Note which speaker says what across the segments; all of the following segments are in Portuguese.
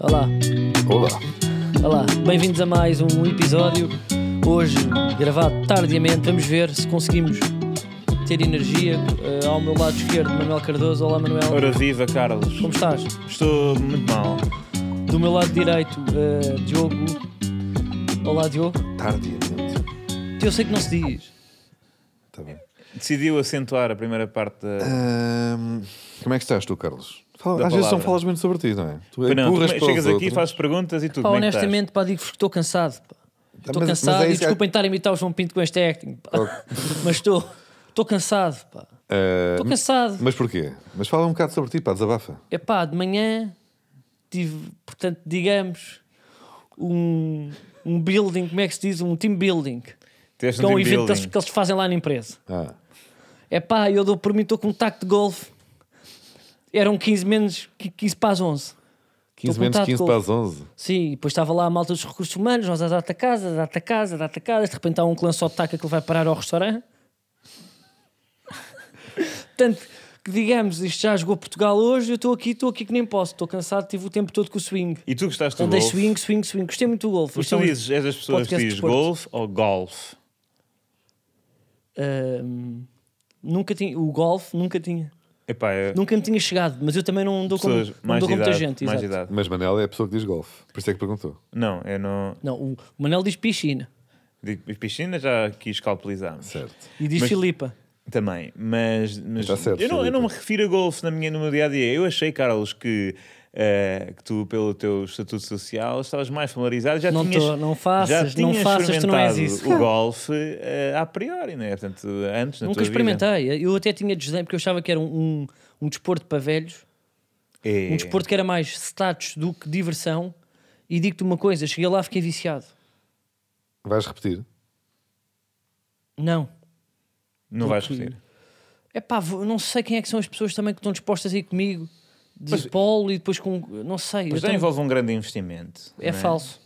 Speaker 1: Olá,
Speaker 2: Olá.
Speaker 1: olá. Bem-vindos a mais um episódio. Hoje, gravado tardiamente, vamos ver se conseguimos ter energia. Eh, ao meu lado esquerdo, Manuel Cardoso. Olá, Manuel.
Speaker 3: Ora viva, Carlos.
Speaker 1: Como estás?
Speaker 3: Estou muito mal.
Speaker 1: Do meu lado direito, eh, Diogo. Olá, Diogo.
Speaker 2: Tardiamente.
Speaker 1: Eu sei que não se diz.
Speaker 2: Tá bem.
Speaker 3: Decidiu acentuar a primeira parte
Speaker 2: Ah,
Speaker 3: da.
Speaker 2: Ahm, como é que estás tu, Carlos? Fala-
Speaker 3: Da
Speaker 2: às vezes
Speaker 3: palavra.
Speaker 2: não falas muito sobre ti, não é? Tu
Speaker 3: Pois não, tu
Speaker 2: empurras
Speaker 3: me-
Speaker 2: para os
Speaker 3: chegas aqui,
Speaker 2: outros.
Speaker 3: fazes perguntas e tudo.
Speaker 1: Pá,
Speaker 3: Como é que estás?
Speaker 1: honestamente, pá, digo-vos que estou cansado. pá. Estou
Speaker 2: Mas- mas
Speaker 1: cansado
Speaker 2: é
Speaker 1: e
Speaker 2: isso que-
Speaker 1: desculpem estar a imitar o João Pinto com este acting, pá. mas estou, estou cansado, pá.
Speaker 2: Ah,
Speaker 1: Estou cansado.
Speaker 2: Mas porquê? Mas fala um bocado sobre ti, pá, desabafa.
Speaker 1: É pá, de manhã tive, portanto, digamos, um, um building, como é que se diz? Um team building.
Speaker 3: Tiveste
Speaker 1: Que é
Speaker 3: um
Speaker 1: um
Speaker 3: team
Speaker 1: evento que eles,
Speaker 3: building.
Speaker 1: que eles fazem lá na empresa.
Speaker 2: Ah,
Speaker 1: É pá, eu dou por mim, estou com um taco de golfe. Eram 15 menos, 15 para as 11.
Speaker 2: 15
Speaker 1: com
Speaker 2: menos
Speaker 1: vontade de
Speaker 2: 15 para as 11.
Speaker 1: Sim, e depois estava lá a malta dos recursos humanos, nós a data casa, a data casa, a data casa, de repente há um que lança o taco que ele vai parar ao restaurante. Portanto, que digamos, isto já jogou Portugal hoje, eu estou aqui, estou aqui que nem posso, estou cansado, tive o tempo todo com o swing.
Speaker 3: E tu gostaste do
Speaker 1: Andei
Speaker 3: golfe?
Speaker 1: swing, swing, swing, gostei muito do golfe.
Speaker 3: Mas
Speaker 1: Isto é
Speaker 3: tu
Speaker 1: um-
Speaker 3: dizes, és das pessoas que
Speaker 1: podcast de
Speaker 3: dizes
Speaker 1: desporto.
Speaker 3: golfe ou golfe?
Speaker 1: Ahm, nunca tinha, o golfe nunca tinha,
Speaker 3: Epá, é
Speaker 1: nunca me tinha chegado, mas eu também não dou com,
Speaker 3: pessoas
Speaker 1: não
Speaker 3: mais
Speaker 1: dou
Speaker 3: de
Speaker 1: com muita
Speaker 3: idade.
Speaker 1: gente.
Speaker 3: mais de
Speaker 1: exato.
Speaker 3: idade.
Speaker 2: Mas Manel é a pessoa que diz golfe. Por isso é que perguntou.
Speaker 3: Não, eu não.
Speaker 1: Não, o Manel diz piscina
Speaker 3: Digo, piscina já quis calculizar.
Speaker 2: Certo.
Speaker 1: e diz
Speaker 3: Mas-
Speaker 1: Filipa.
Speaker 3: Também, mas, mas
Speaker 2: Tá certo,
Speaker 3: eu, não, eu
Speaker 2: Filipe.
Speaker 3: não me refiro a golfe na minha, no meu dia a dia. Eu achei, Carlos, que, eh, que tu, pelo teu estatuto social, estavas mais familiarizado. Já
Speaker 1: Não
Speaker 3: tinhas,
Speaker 1: tô, não faças,
Speaker 3: já
Speaker 1: não
Speaker 3: tinhas
Speaker 1: faças, tu não és
Speaker 3: experimentado
Speaker 1: isso.
Speaker 3: O golfe eh, a priori, né? Portanto, antes na
Speaker 1: Nunca
Speaker 3: tua
Speaker 1: experimentei. Eu até tinha desdém, porque eu achava que era um, um, um desporto para velhos,
Speaker 3: Vida.
Speaker 1: um desporto que era mais status do que diversão. E digo-te uma coisa: cheguei lá, fiquei viciado.
Speaker 2: Vais repetir?
Speaker 1: Não.
Speaker 3: Não vais
Speaker 1: Porque-
Speaker 3: repetir.
Speaker 1: É pá, vou- não sei quem é que são as pessoas também que estão dispostas a ir comigo de polo e depois com. Não sei. eu
Speaker 3: Mas já
Speaker 1: também-
Speaker 3: envolve um grande investimento. né?
Speaker 1: É
Speaker 3: não
Speaker 1: falso.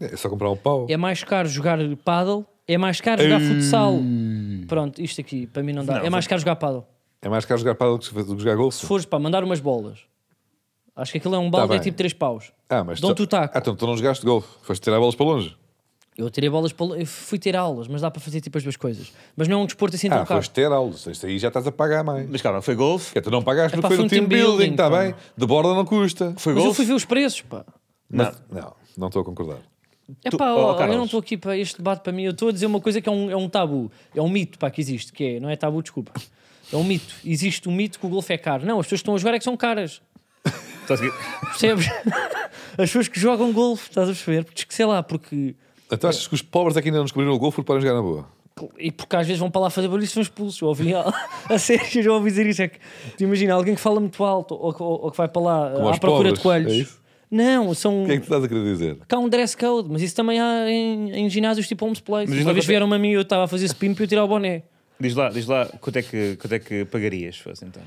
Speaker 2: É só comprar um pau.
Speaker 1: É mais caro jogar paddle, é mais caro jogar futsal. Pronto, isto aqui para mim não dá.
Speaker 3: Não,
Speaker 1: é mais caro jogar paddle.
Speaker 2: É mais caro jogar pádel do que do que jogar
Speaker 1: Se
Speaker 2: golfe?
Speaker 1: fores para mandar umas bolas, acho que aquilo é um balde, é
Speaker 2: bem.
Speaker 1: tipo 3 paus.
Speaker 2: Ah, mas
Speaker 1: Dão-te o taco.
Speaker 2: Ah, então tu não jogaste golfe. Foste tirar bolas para longe.
Speaker 1: Eu tirei bolas para. Eu fui ter aulas, mas dá para fazer tipo as duas coisas. Mas não é um desporto assim
Speaker 3: Então
Speaker 1: tão
Speaker 2: Ah,
Speaker 1: caro.
Speaker 2: foste ter aulas. Isso aí já estás a pagar mais.
Speaker 3: Mas calma, foi golfe?
Speaker 2: Que tu não pagaste
Speaker 1: É
Speaker 2: porque
Speaker 1: pá,
Speaker 2: foi
Speaker 1: foi
Speaker 2: no
Speaker 1: um
Speaker 2: team
Speaker 1: team
Speaker 2: building,
Speaker 1: building,
Speaker 2: está
Speaker 1: pá.
Speaker 2: bem? De borda não custa.
Speaker 3: Foi
Speaker 1: Mas eu
Speaker 3: golfe?
Speaker 1: fui ver os preços, pá.
Speaker 2: Mas- não, não estou a concordar.
Speaker 1: É
Speaker 3: Tu-
Speaker 1: pá,
Speaker 3: oh,
Speaker 1: ó, eu
Speaker 3: Carlos.
Speaker 1: não estou aqui para este debate para mim. Eu estou a dizer uma coisa que é um, é um tabu. É um mito, pá, que existe. Que é, não é tabu, desculpa. É um mito. Existe um mito que o golfe é caro. Não, as pessoas que estão a jogar é que são caras.
Speaker 3: Estás Tá a seguir?
Speaker 1: Percebes? As pessoas que jogam golfe, estás a perceber? Porque, sei lá, porque.
Speaker 2: Então achas que os pobres aqui ainda não descobriram o golfe porque podem jogar na boa?
Speaker 1: E porque às vezes vão para lá fazer barulho e são expulsos. Eu ouvi a, a sério, eu já ouvi dizer isso. É que, te imagina, alguém que fala muito alto ou, que- ou- ou que vai para lá
Speaker 2: Como
Speaker 1: à
Speaker 2: aos
Speaker 1: procura
Speaker 2: pobres,
Speaker 1: de coelhos.
Speaker 2: é isso?
Speaker 1: não, são.
Speaker 2: O que é que tu estás a querer dizer?
Speaker 1: Cá há um dress code, mas isso também há em, em ginásios tipo homes place.
Speaker 3: Mas isso
Speaker 1: Uma
Speaker 3: não
Speaker 1: vez
Speaker 3: acontece-
Speaker 1: vieram-me a mim e eu estava a fazer spin para eu tirar o boné.
Speaker 3: Diz lá, diz lá quanto, é que, quanto é que pagarias se fosse então?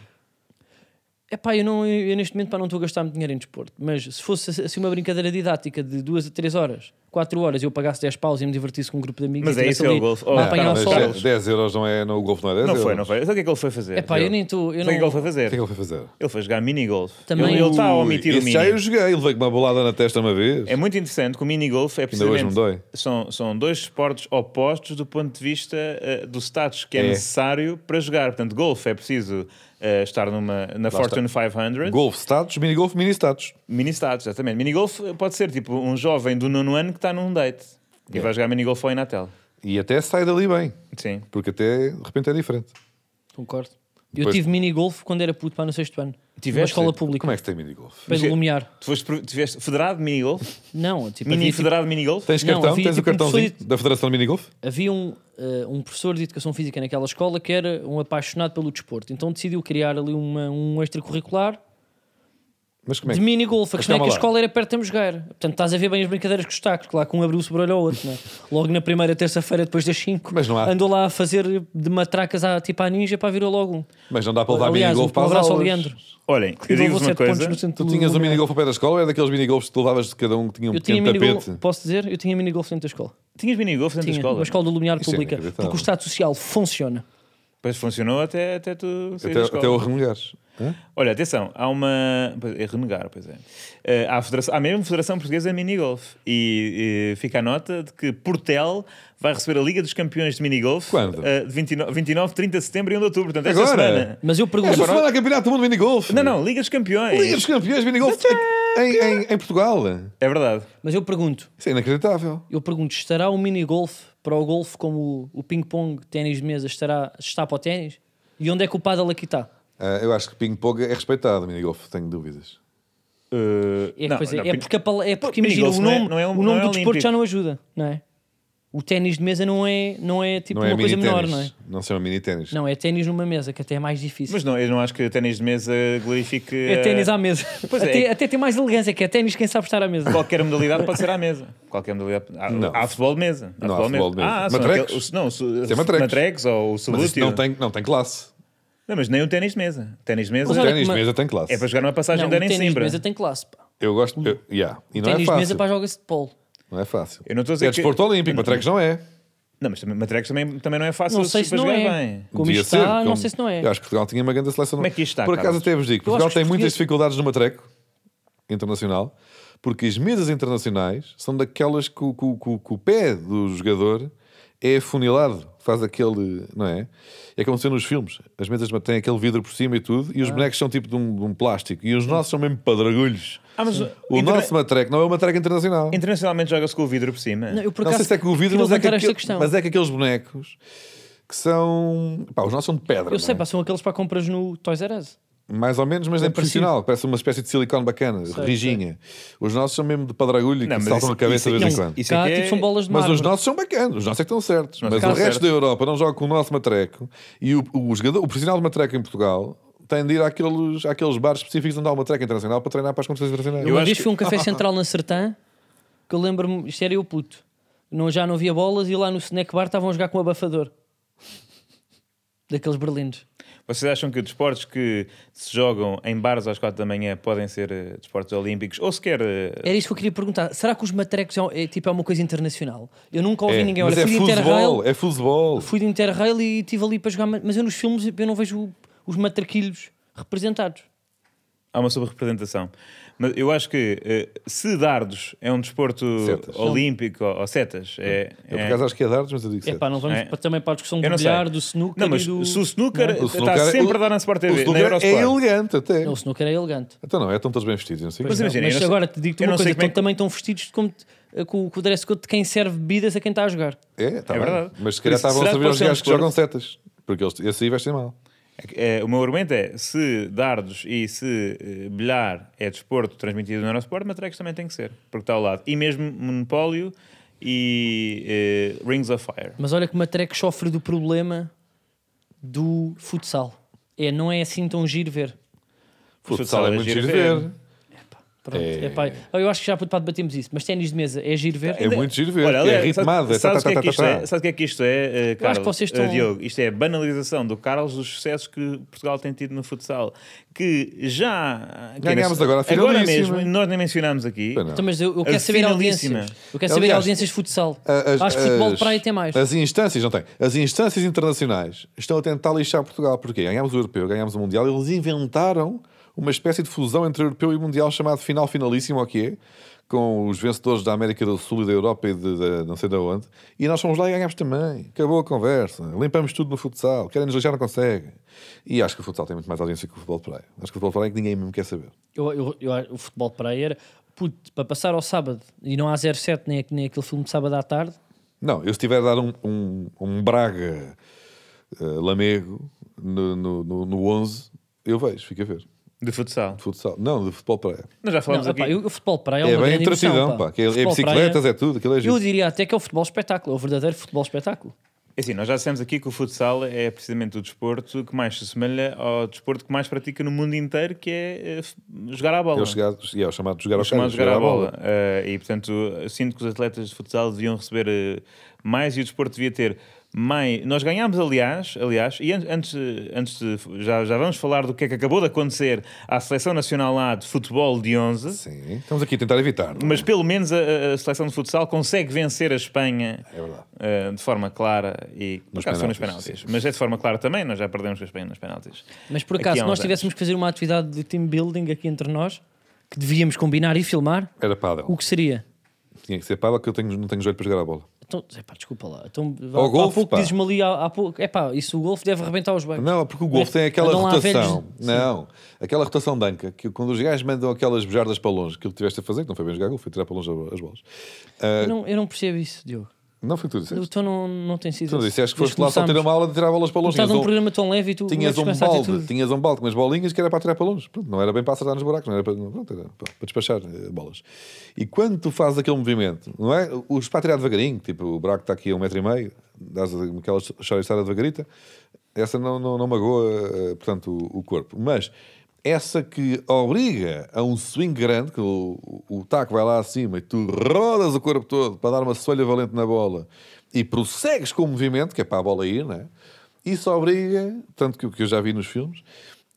Speaker 1: É pá, eu, não, eu, eu neste momento pá, não estou a gastar muito dinheiro em desporto, mas se fosse assim uma brincadeira didática de duas a três horas, quatro horas, eu pagasse 10 paus e me divertisse com um grupo de amigos
Speaker 3: Mas
Speaker 1: e
Speaker 3: é
Speaker 1: estivesse
Speaker 3: isso, é o
Speaker 1: ali
Speaker 3: golfe. Oh,
Speaker 1: a apanhar o
Speaker 3: Carlos,
Speaker 1: sol.
Speaker 3: Carlos,
Speaker 2: mas 10 euros não é no golfe, não é 10
Speaker 3: Não
Speaker 2: euros?
Speaker 3: foi, não foi. Sabe o que é que ele foi fazer?
Speaker 1: É pá, eu nem estou.
Speaker 3: Sabe
Speaker 1: Eu
Speaker 3: o que é que ele foi
Speaker 1: não...
Speaker 2: O que é que
Speaker 3: fazer?
Speaker 2: ele foi fazer?
Speaker 3: Ele foi jogar mini golf.
Speaker 1: Também-
Speaker 3: Ele ele está a omitir
Speaker 2: Ui,
Speaker 3: o
Speaker 2: esse já eu
Speaker 3: mini.
Speaker 2: joguei, ele veio com uma bolada na testa uma vez.
Speaker 3: É muito interessante que o mini golf é
Speaker 2: Ainda hoje
Speaker 3: precisamente.
Speaker 2: me dói.
Speaker 3: São, são dois esportes opostos do ponto de vista eh, do status que é,
Speaker 2: É.
Speaker 3: necessário para jogar. Portanto, golfe é preciso eh, estar numa, na Fortune 500.
Speaker 2: Golfe status, mini golfe, mini status.
Speaker 3: Mini status, exatamente. Minigolf pode ser tipo um jovem do nono ano que está num date
Speaker 2: É.
Speaker 3: e vai jogar minigolf ao Inatel.
Speaker 2: E até sai dali bem,
Speaker 3: Sim.
Speaker 2: porque até de repente é diferente.
Speaker 1: Concordo. Eu
Speaker 2: Depois-
Speaker 1: tive mini-golf quando era puto, pá, no sexto ano. Tive Numa
Speaker 3: Tiveste?
Speaker 1: escola pública.
Speaker 2: Como é que se tem mini golfe?
Speaker 1: Para
Speaker 3: Mas é-
Speaker 1: iluminar.
Speaker 3: Tu foste, tiveste federado de minigolf?
Speaker 1: Não, tipo,
Speaker 3: Mini
Speaker 1: havia, tipo,
Speaker 3: federado de minigolf?
Speaker 2: Tens
Speaker 1: Não,
Speaker 2: cartão?
Speaker 1: havia
Speaker 2: Tens o
Speaker 1: tipo um
Speaker 2: cartãozinho
Speaker 1: folheto.
Speaker 2: da Federação de Minigolfe?
Speaker 1: havia um, eh, um professor de educação física naquela escola que era um apaixonado pelo desporto. Então decidiu criar ali uma, um extracurricular
Speaker 2: Mas como é
Speaker 1: de
Speaker 2: que...
Speaker 1: mini-golf. A questão é que
Speaker 2: calma
Speaker 1: a
Speaker 2: lá.
Speaker 1: escola era perto de me jogar. Portanto, estás a ver bem as brincadeiras que os tacos. Claro que um abriu o sobrolho ao outro, né? Logo na primeira terça-feira, depois das 5,
Speaker 2: Mas não há-
Speaker 1: andou lá a fazer de matracas à, tipo à ninja para virou logo um.
Speaker 2: Mas não dá para levar
Speaker 1: Aliás, um
Speaker 2: mini-golf para as
Speaker 1: abraço ao
Speaker 2: aulas.
Speaker 1: Leandro.
Speaker 3: Olhem, eu
Speaker 1: Levou
Speaker 3: digo-vos uma
Speaker 1: sete
Speaker 3: coisa.
Speaker 1: pontos no centro
Speaker 2: Tu
Speaker 1: do
Speaker 2: tinhas um
Speaker 1: Lumiar.
Speaker 2: minigolfo ao pé da escola ou era daqueles minigolfos que tu levavas de cada um que tinha um
Speaker 1: Eu tinha
Speaker 2: pequeno tapete?
Speaker 1: minigolfo, posso dizer? Eu tinha minigolfo dentro da escola.
Speaker 3: Tinhas minigolf dentro
Speaker 1: Tinha,
Speaker 3: da escola?
Speaker 1: uma escola do Lumiar
Speaker 2: Isso é
Speaker 1: Pública.
Speaker 2: inacreditável.
Speaker 1: porque o Estado Social funciona.
Speaker 3: Pois funcionou até, até tu sair da
Speaker 2: Até,
Speaker 3: escola.
Speaker 2: até o remungares. Hã?
Speaker 3: Olha, atenção, há uma. pois, É renegar, pois é. Eh, há, a federação, há mesmo a Federação Portuguesa de Minigolf. E, eh, fica a nota de que Portel vai receber a Liga dos Campeões de Minigolf.
Speaker 2: Quando?
Speaker 3: eh, de 29, 29, 30 de setembro e 1 de outubro. Portanto, esta
Speaker 2: Agora?
Speaker 3: semana.
Speaker 1: Mas eu pergunto.
Speaker 2: Esta semana há campeonato do mundo de minigolf.
Speaker 3: Não, não, Liga dos Campeões.
Speaker 2: Liga dos campeões de minigolf em, em, em Portugal.
Speaker 3: É verdade.
Speaker 1: Mas eu pergunto.
Speaker 2: Isso é inacreditável.
Speaker 1: Eu pergunto, estará o mini-golf para o golfe como o, o ping-pong, ténis de mesa, estará, está para o ténis? E onde é que o paddle aqui está?
Speaker 2: Ah, eu acho que ping-pong é respeitado, minigolf, tenho dúvidas.
Speaker 3: Eh,
Speaker 1: É, que,
Speaker 3: não,
Speaker 1: pois é,
Speaker 3: não,
Speaker 1: é
Speaker 3: pin-
Speaker 1: porque, a pala- é porque
Speaker 3: Pô,
Speaker 1: imagina, o
Speaker 3: mini-golf não é-
Speaker 1: nome,
Speaker 3: não é um-
Speaker 1: o
Speaker 3: não
Speaker 1: nome
Speaker 3: é
Speaker 1: do desporto
Speaker 3: olímpico.
Speaker 1: já não ajuda, não é? O ténis de mesa não é, não é tipo
Speaker 2: Não é
Speaker 1: uma coisa
Speaker 2: mini
Speaker 1: menor,
Speaker 2: ténis.
Speaker 1: não é?
Speaker 2: Não se chama mini ténis.
Speaker 1: Não, é ténis numa mesa, que até é mais difícil.
Speaker 3: Mas não, eu não acho que o ténis de mesa glorifique.
Speaker 1: é
Speaker 3: eh,
Speaker 1: ténis à mesa.
Speaker 3: Pois é.
Speaker 1: até, até tem mais elegância, que é ténis quem sabe estar à mesa.
Speaker 3: Qualquer modalidade pode ser à mesa. Qualquer modalidade. Há,
Speaker 2: Não.
Speaker 3: há futebol de mesa.
Speaker 2: Não há futebol de mesa.
Speaker 3: Ah, são
Speaker 2: Matrecos.
Speaker 3: aqueles- não, su-
Speaker 2: é matrecos.
Speaker 3: ou o
Speaker 2: Mas isso
Speaker 3: sublúteo.
Speaker 2: não tem, não tem classe.
Speaker 3: Não, mas nem o ténis de mesa. Ténis de mesa
Speaker 2: O
Speaker 1: Mas olha
Speaker 2: ténis
Speaker 1: que
Speaker 2: de
Speaker 1: ma-
Speaker 2: mesa tem classe.
Speaker 3: é para jogar numa passagem
Speaker 1: Não, o
Speaker 3: de ano em
Speaker 1: ténis de
Speaker 3: Simbra.
Speaker 1: mesa tem classe. pá.
Speaker 2: Eu gosto. Eu, yeah. E não é
Speaker 1: ténis de
Speaker 2: fácil.
Speaker 1: mesa para joga-se de polo.
Speaker 2: Não é fácil.
Speaker 3: Eu não estou a dizer
Speaker 2: é
Speaker 3: que-
Speaker 2: desporto olímpico, matrecos não é.
Speaker 3: Não, mas também, matrecos também, também não é fácil
Speaker 1: Não sei se
Speaker 3: para
Speaker 1: não
Speaker 3: jogar
Speaker 1: é.
Speaker 3: bem.
Speaker 1: Como
Speaker 2: Devia
Speaker 1: isto está,
Speaker 2: ser,
Speaker 1: não
Speaker 2: como-
Speaker 1: sei se não é.
Speaker 2: Eu acho que Portugal tinha uma grande seleção.
Speaker 3: Como é que isto está,
Speaker 2: Por acaso
Speaker 3: Carlos?
Speaker 2: até vos digo,
Speaker 1: Eu acho que
Speaker 2: Portugal
Speaker 1: os
Speaker 2: tem muitas
Speaker 1: portugueses-
Speaker 2: dificuldades no matreco internacional, porque as mesas internacionais são daquelas que, o- que o- que o- que o pé do jogador é afunilado, faz aquele, não é? É como se vê nos filmes, as mesas têm aquele vidro por cima e tudo,
Speaker 1: Ah.
Speaker 2: e os bonecos são tipo de um, de um plástico, e os nossos são mesmo padragulhos.
Speaker 3: Ah, mas o-
Speaker 2: O
Speaker 3: interna-
Speaker 2: nosso matreco não é o matreco internacional.
Speaker 3: Internacionalmente joga-se com o vidro por cima.
Speaker 1: Não, eu por
Speaker 2: Não sei
Speaker 1: acaso
Speaker 2: se é que o vidro,
Speaker 1: queria
Speaker 2: mas é que,
Speaker 1: levantar esta
Speaker 2: aquele-
Speaker 1: questão.
Speaker 2: mas é que aqueles bonecos que são. Pá, os nossos são de pedra.
Speaker 1: Eu sei,
Speaker 2: não é?
Speaker 1: pá, são aqueles para compras no Toys R Us.
Speaker 2: Mais ou menos, mas
Speaker 3: é
Speaker 2: nem
Speaker 1: parecido.
Speaker 2: profissional. Parece uma espécie de silicone bacana, rijinha. Os nossos são mesmo de padragulho
Speaker 3: Não,
Speaker 2: que
Speaker 3: mas
Speaker 2: se saltam
Speaker 3: isso-
Speaker 2: na cabeça de vez em
Speaker 3: isso-
Speaker 2: quando.
Speaker 3: isso é
Speaker 1: Cá,
Speaker 3: que é-
Speaker 1: tipo, são bolas de
Speaker 2: Mas os
Speaker 1: mármore.
Speaker 2: nossos são bacanos, os nossos é que estão certos.
Speaker 3: Nós
Speaker 2: Mas o
Speaker 3: estamos
Speaker 2: resto da
Speaker 3: certos.
Speaker 2: Europa não joga com o nosso matreco e o, o, jogador- o profissional de matreco em Portugal tem de ir àqueles, àqueles bares específicos onde há o matreco internacional para treinar para as competições internacionais.
Speaker 1: Eu uma
Speaker 3: acho
Speaker 1: vez
Speaker 3: que-
Speaker 1: fui a um café central na Sertã que eu lembro-me, isto era eu puto. Não, já não havia bolas e lá no snack bar estavam a jogar com um abafador. Daqueles berlindos.
Speaker 3: Vocês acham que desportos que se jogam em bares às 4 da manhã podem ser eh, desportos olímpicos ou sequer. eh,
Speaker 1: Era isso que eu queria perguntar. Será que os matrecos é, é, tipo, é uma coisa internacional? Eu nunca ouvi
Speaker 2: É,
Speaker 1: ninguém.
Speaker 2: mas
Speaker 1: Olha,
Speaker 2: é
Speaker 1: fui de
Speaker 2: futebol,
Speaker 1: Interrail,
Speaker 2: é futebol.
Speaker 1: fui de Interrail e estive ali para jogar, ma- mas eu nos filmes eu não vejo os matraquilhos representados.
Speaker 3: Há uma sobre-representação. Mas eu acho que eh, se dardos é um desporto
Speaker 2: Setas.
Speaker 3: olímpico, ou, ou setas, é.
Speaker 2: Eu por
Speaker 3: é-
Speaker 2: acaso acho que é dardos, mas eu digo
Speaker 1: É
Speaker 2: certo.
Speaker 1: pá, não vamos
Speaker 3: É.
Speaker 1: para- também para a discussão do
Speaker 3: eu não sei.
Speaker 1: bilhar, do snooker.
Speaker 3: Não, mas
Speaker 1: e do...
Speaker 3: se o snooker
Speaker 2: O
Speaker 3: está
Speaker 2: snooker- é
Speaker 3: sempre
Speaker 2: o-
Speaker 3: a dar na Sport
Speaker 2: o
Speaker 3: TV, na
Speaker 2: snooker
Speaker 3: Eurosport.
Speaker 2: É elegante até.
Speaker 1: Não, o snooker é elegante.
Speaker 2: Então não, é estão todos bem vestidos, não sei.
Speaker 3: Mas
Speaker 1: Não,
Speaker 3: imagina, eu
Speaker 1: mas
Speaker 3: não sei-
Speaker 1: agora te digo-te
Speaker 3: eu
Speaker 1: uma
Speaker 3: não
Speaker 1: coisa:
Speaker 3: sei como é
Speaker 1: estão-
Speaker 3: que-
Speaker 1: também estão vestidos de como, eh, com, com o dress code de quem serve bebidas a quem está a jogar.
Speaker 2: É, tá
Speaker 3: É
Speaker 2: bem.
Speaker 3: verdade.
Speaker 2: Mas se
Speaker 3: Por
Speaker 2: calhar
Speaker 3: isso,
Speaker 2: estavam a
Speaker 3: será que
Speaker 2: servir
Speaker 3: pode
Speaker 2: aos
Speaker 3: ser um
Speaker 2: gajos que
Speaker 3: desporto?
Speaker 2: jogam setas. Porque eles, esse aí vestem mal.
Speaker 3: É, o meu argumento é: se dardos e se eh, bilhar é desporto transmitido no Eurosport, matrecos também tem que ser, porque está ao lado. E mesmo Monopólio e eh, Rings of Fire.
Speaker 1: Mas olha que Matrec sofre do problema do futsal. É, não é assim tão giro ver.
Speaker 2: Futsal é muito giro de ver.
Speaker 1: Pronto,
Speaker 2: É.
Speaker 1: é... pá, eu acho que já puto, pá, debatemos isso, mas ténis de mesa é giro ver.
Speaker 2: É muito giro de ver.
Speaker 3: Olha,
Speaker 2: é
Speaker 3: aliás,
Speaker 2: ritmado. é
Speaker 3: Sabe
Speaker 2: tá,
Speaker 3: sabes o
Speaker 2: tá,
Speaker 3: que é que
Speaker 2: tá,
Speaker 3: isto
Speaker 2: tá,
Speaker 3: é?
Speaker 2: tá.
Speaker 3: Sabes o que é que isto é, eh,
Speaker 1: Eu acho
Speaker 3: Carlos?
Speaker 1: que vocês
Speaker 3: Eh,
Speaker 1: estão-
Speaker 3: Diogo, isto é a banalização do Carlos dos sucessos que Portugal tem tido no futsal. Que já. que
Speaker 2: Ganhámos
Speaker 3: nesse-
Speaker 2: agora a
Speaker 3: Agora
Speaker 2: finalíssima.
Speaker 3: mesmo, nós nem mencionámos aqui.
Speaker 2: Pois não.
Speaker 1: Então, mas eu, eu
Speaker 3: A
Speaker 1: quero saber
Speaker 3: finalíssima.
Speaker 1: audiências. Eu quero saber
Speaker 2: Aliás,
Speaker 1: audiências de futsal.
Speaker 2: As-
Speaker 1: acho que futebol de
Speaker 2: as-
Speaker 1: praia tem mais.
Speaker 2: As instâncias, não tem. As instâncias internacionais estão a tentar lixar Portugal. Porquê? Ganhámos o europeu, ganhámos o mundial. Eles inventaram uma espécie de fusão entre europeu e mundial chamado final finalíssimo, o que é? Com os vencedores da América do Sul e da Europa e de, de- não sei de onde. E nós fomos lá e ganhámos também. Acabou a conversa. Limpamos tudo no futsal. Querem nos lixar, não conseguem. E acho que o futsal tem muito mais audiência que o futebol de praia. Acho que o futebol de praia é que ninguém mesmo quer saber.
Speaker 1: Eu, eu, eu- o futebol de praia era puto, para passar ao sábado e não há 07, nem, aqu- nem aquele filme de sábado à tarde.
Speaker 2: Não, eu se tiver a dar um, um, um Braga eh, Lamego no, no, no, no 11, eu vejo, fica a ver.
Speaker 3: De futsal.
Speaker 2: De futsal. Não, de futebol praia.
Speaker 3: Nós já
Speaker 1: Não,
Speaker 3: falámos aqui.
Speaker 1: epá, eu- o futebol de praia é,
Speaker 2: É,
Speaker 1: uma
Speaker 2: bem
Speaker 1: grande emoção,
Speaker 2: entretidão,
Speaker 1: pá.
Speaker 2: pá. que é, é
Speaker 1: Futebol de praia-
Speaker 2: bicicletas, é tudo, aquilo é
Speaker 1: Eu
Speaker 2: giro.
Speaker 1: diria até que é o futebol espetáculo, é o verdadeiro futebol espetáculo.
Speaker 3: É Assim, nós já dissemos aqui que o futsal é precisamente o desporto que mais se assemelha ao desporto que mais pratica no mundo inteiro, que é eh, f- jogar à bola.
Speaker 2: É o, chegar, e é o chamado de jogar ao cara,
Speaker 3: chamado de jogar à bola. Eh, e portanto, eu sinto que os atletas de futsal deviam receber eh, mais e o desporto devia ter mais. Nós ganhámos, aliás, aliás e an- antes, antes de- já, já vamos falar do que é que acabou de acontecer à Seleção Nacional A de Futebol de 11.
Speaker 2: Sim. Estamos aqui a tentar evitar. não é?
Speaker 3: Mas pelo menos a, a- a seleção de futsal consegue vencer a Espanha
Speaker 2: É verdade.
Speaker 3: eh, de forma clara e por
Speaker 2: Nos
Speaker 3: acaso foi nos
Speaker 2: penaltis,
Speaker 3: penaltis. Mas é de forma clara também, nós já perdemos com a Espanha nos penaltis.
Speaker 1: Mas por
Speaker 3: Aqui
Speaker 1: acaso,
Speaker 3: há
Speaker 1: se
Speaker 3: uns
Speaker 1: nós
Speaker 3: anos.
Speaker 1: tivéssemos que fazer uma atividade de team building aqui entre nós, que devíamos combinar e filmar,
Speaker 2: Era pádel.
Speaker 1: o que seria?
Speaker 2: Tinha que ser pádel que eu tenho, não tenho jeito para jogar a bola.
Speaker 1: Então, epá, desculpa lá. Então, há,
Speaker 2: Ao
Speaker 1: há
Speaker 2: golfe,
Speaker 1: pouco
Speaker 2: pá.
Speaker 1: dizes-me ali há, há pouco. Epá, isso o golfe deve arrebentar os becos.
Speaker 2: Não, porque o golfe tem aquela
Speaker 1: andam lá
Speaker 2: rotação.
Speaker 1: velhos-
Speaker 2: Não, aquela rotação danca, que quando os gajos mandam aquelas bujardas para longe, que ele tiveste a fazer, que não foi bem jogar golfe, foi tirar para longe as bolas. Ah,
Speaker 1: Eu não, eu não percebo isso, Diogo.
Speaker 2: não foi tudo isso.
Speaker 1: Tu não, não tem sido.
Speaker 2: Tu não
Speaker 1: assim.
Speaker 2: Então, disseste que
Speaker 1: Desde
Speaker 2: foste lá só
Speaker 1: começámos.
Speaker 2: ter uma aula de tirar bolas para longe.
Speaker 1: Estás num
Speaker 2: Tinhas um,
Speaker 1: programa tão leve e tu
Speaker 2: tinhas
Speaker 1: metes
Speaker 2: um
Speaker 1: com essa
Speaker 2: balde,
Speaker 1: atitude.
Speaker 2: tinhas um balde com umas bolinhas que era para tirar para longe. Pronto, não era bem para acertar nos buracos, não era para, não, pronto, era para para despachar eh, bolas. E quando tu fazes aquele movimento, não é? Os para tirar devagarinho, tipo o buraco está aqui a um metro e meio, dás aquela choriçada devagarita, essa não, não, não magoa, eh, portanto, o, o corpo. Mas essa que obriga a um swing grande, que o, o taco vai lá acima e tu rodas o corpo todo para dar uma solha valente na bola e prossegues com o movimento, que é para a bola ir, não é? Isso obriga, tanto que o que eu já vi nos filmes,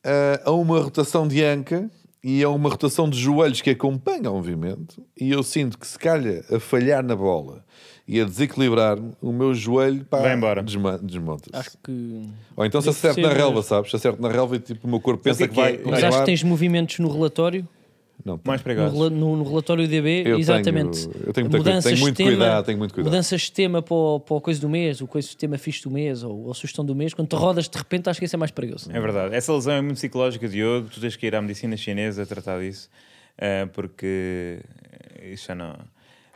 Speaker 2: eh, a- a uma rotação de anca e a uma rotação de joelhos que acompanha o movimento. E eu sinto que, se calhar, a falhar na bola e a desequilibrar-me, o meu joelho pá,
Speaker 3: Vai embora.
Speaker 2: desma- desmonta-se.
Speaker 1: Acho que.
Speaker 2: Ou então se
Speaker 1: Deve
Speaker 2: acerto na
Speaker 1: ser-
Speaker 2: relva, sabes? Se acerto na relva e tipo, o meu corpo pensa
Speaker 3: Sabe
Speaker 2: que,
Speaker 3: o que é
Speaker 2: vai.
Speaker 3: que é?
Speaker 1: Mas acho que tens movimentos no relatório.
Speaker 2: Não, pá.
Speaker 3: Mais
Speaker 1: No,
Speaker 3: pregosos.
Speaker 1: rela- no- no relatório DB,
Speaker 2: Eu
Speaker 1: exatamente.
Speaker 2: tenho- eu tenho muita coisa- tenho muito cuidado, tenho muito cuidado.
Speaker 1: Mudanças de tema para o, para o coisa do mês, o coisa do tema fixe do mês, ou, ou sugestão do mês, quando te rodas de repente, acho que isso é mais perigoso.
Speaker 3: É verdade. Essa lesão é muito psicológica, Diogo. Tu tens que ir à medicina chinesa tratar disso, eh, porque isso já não,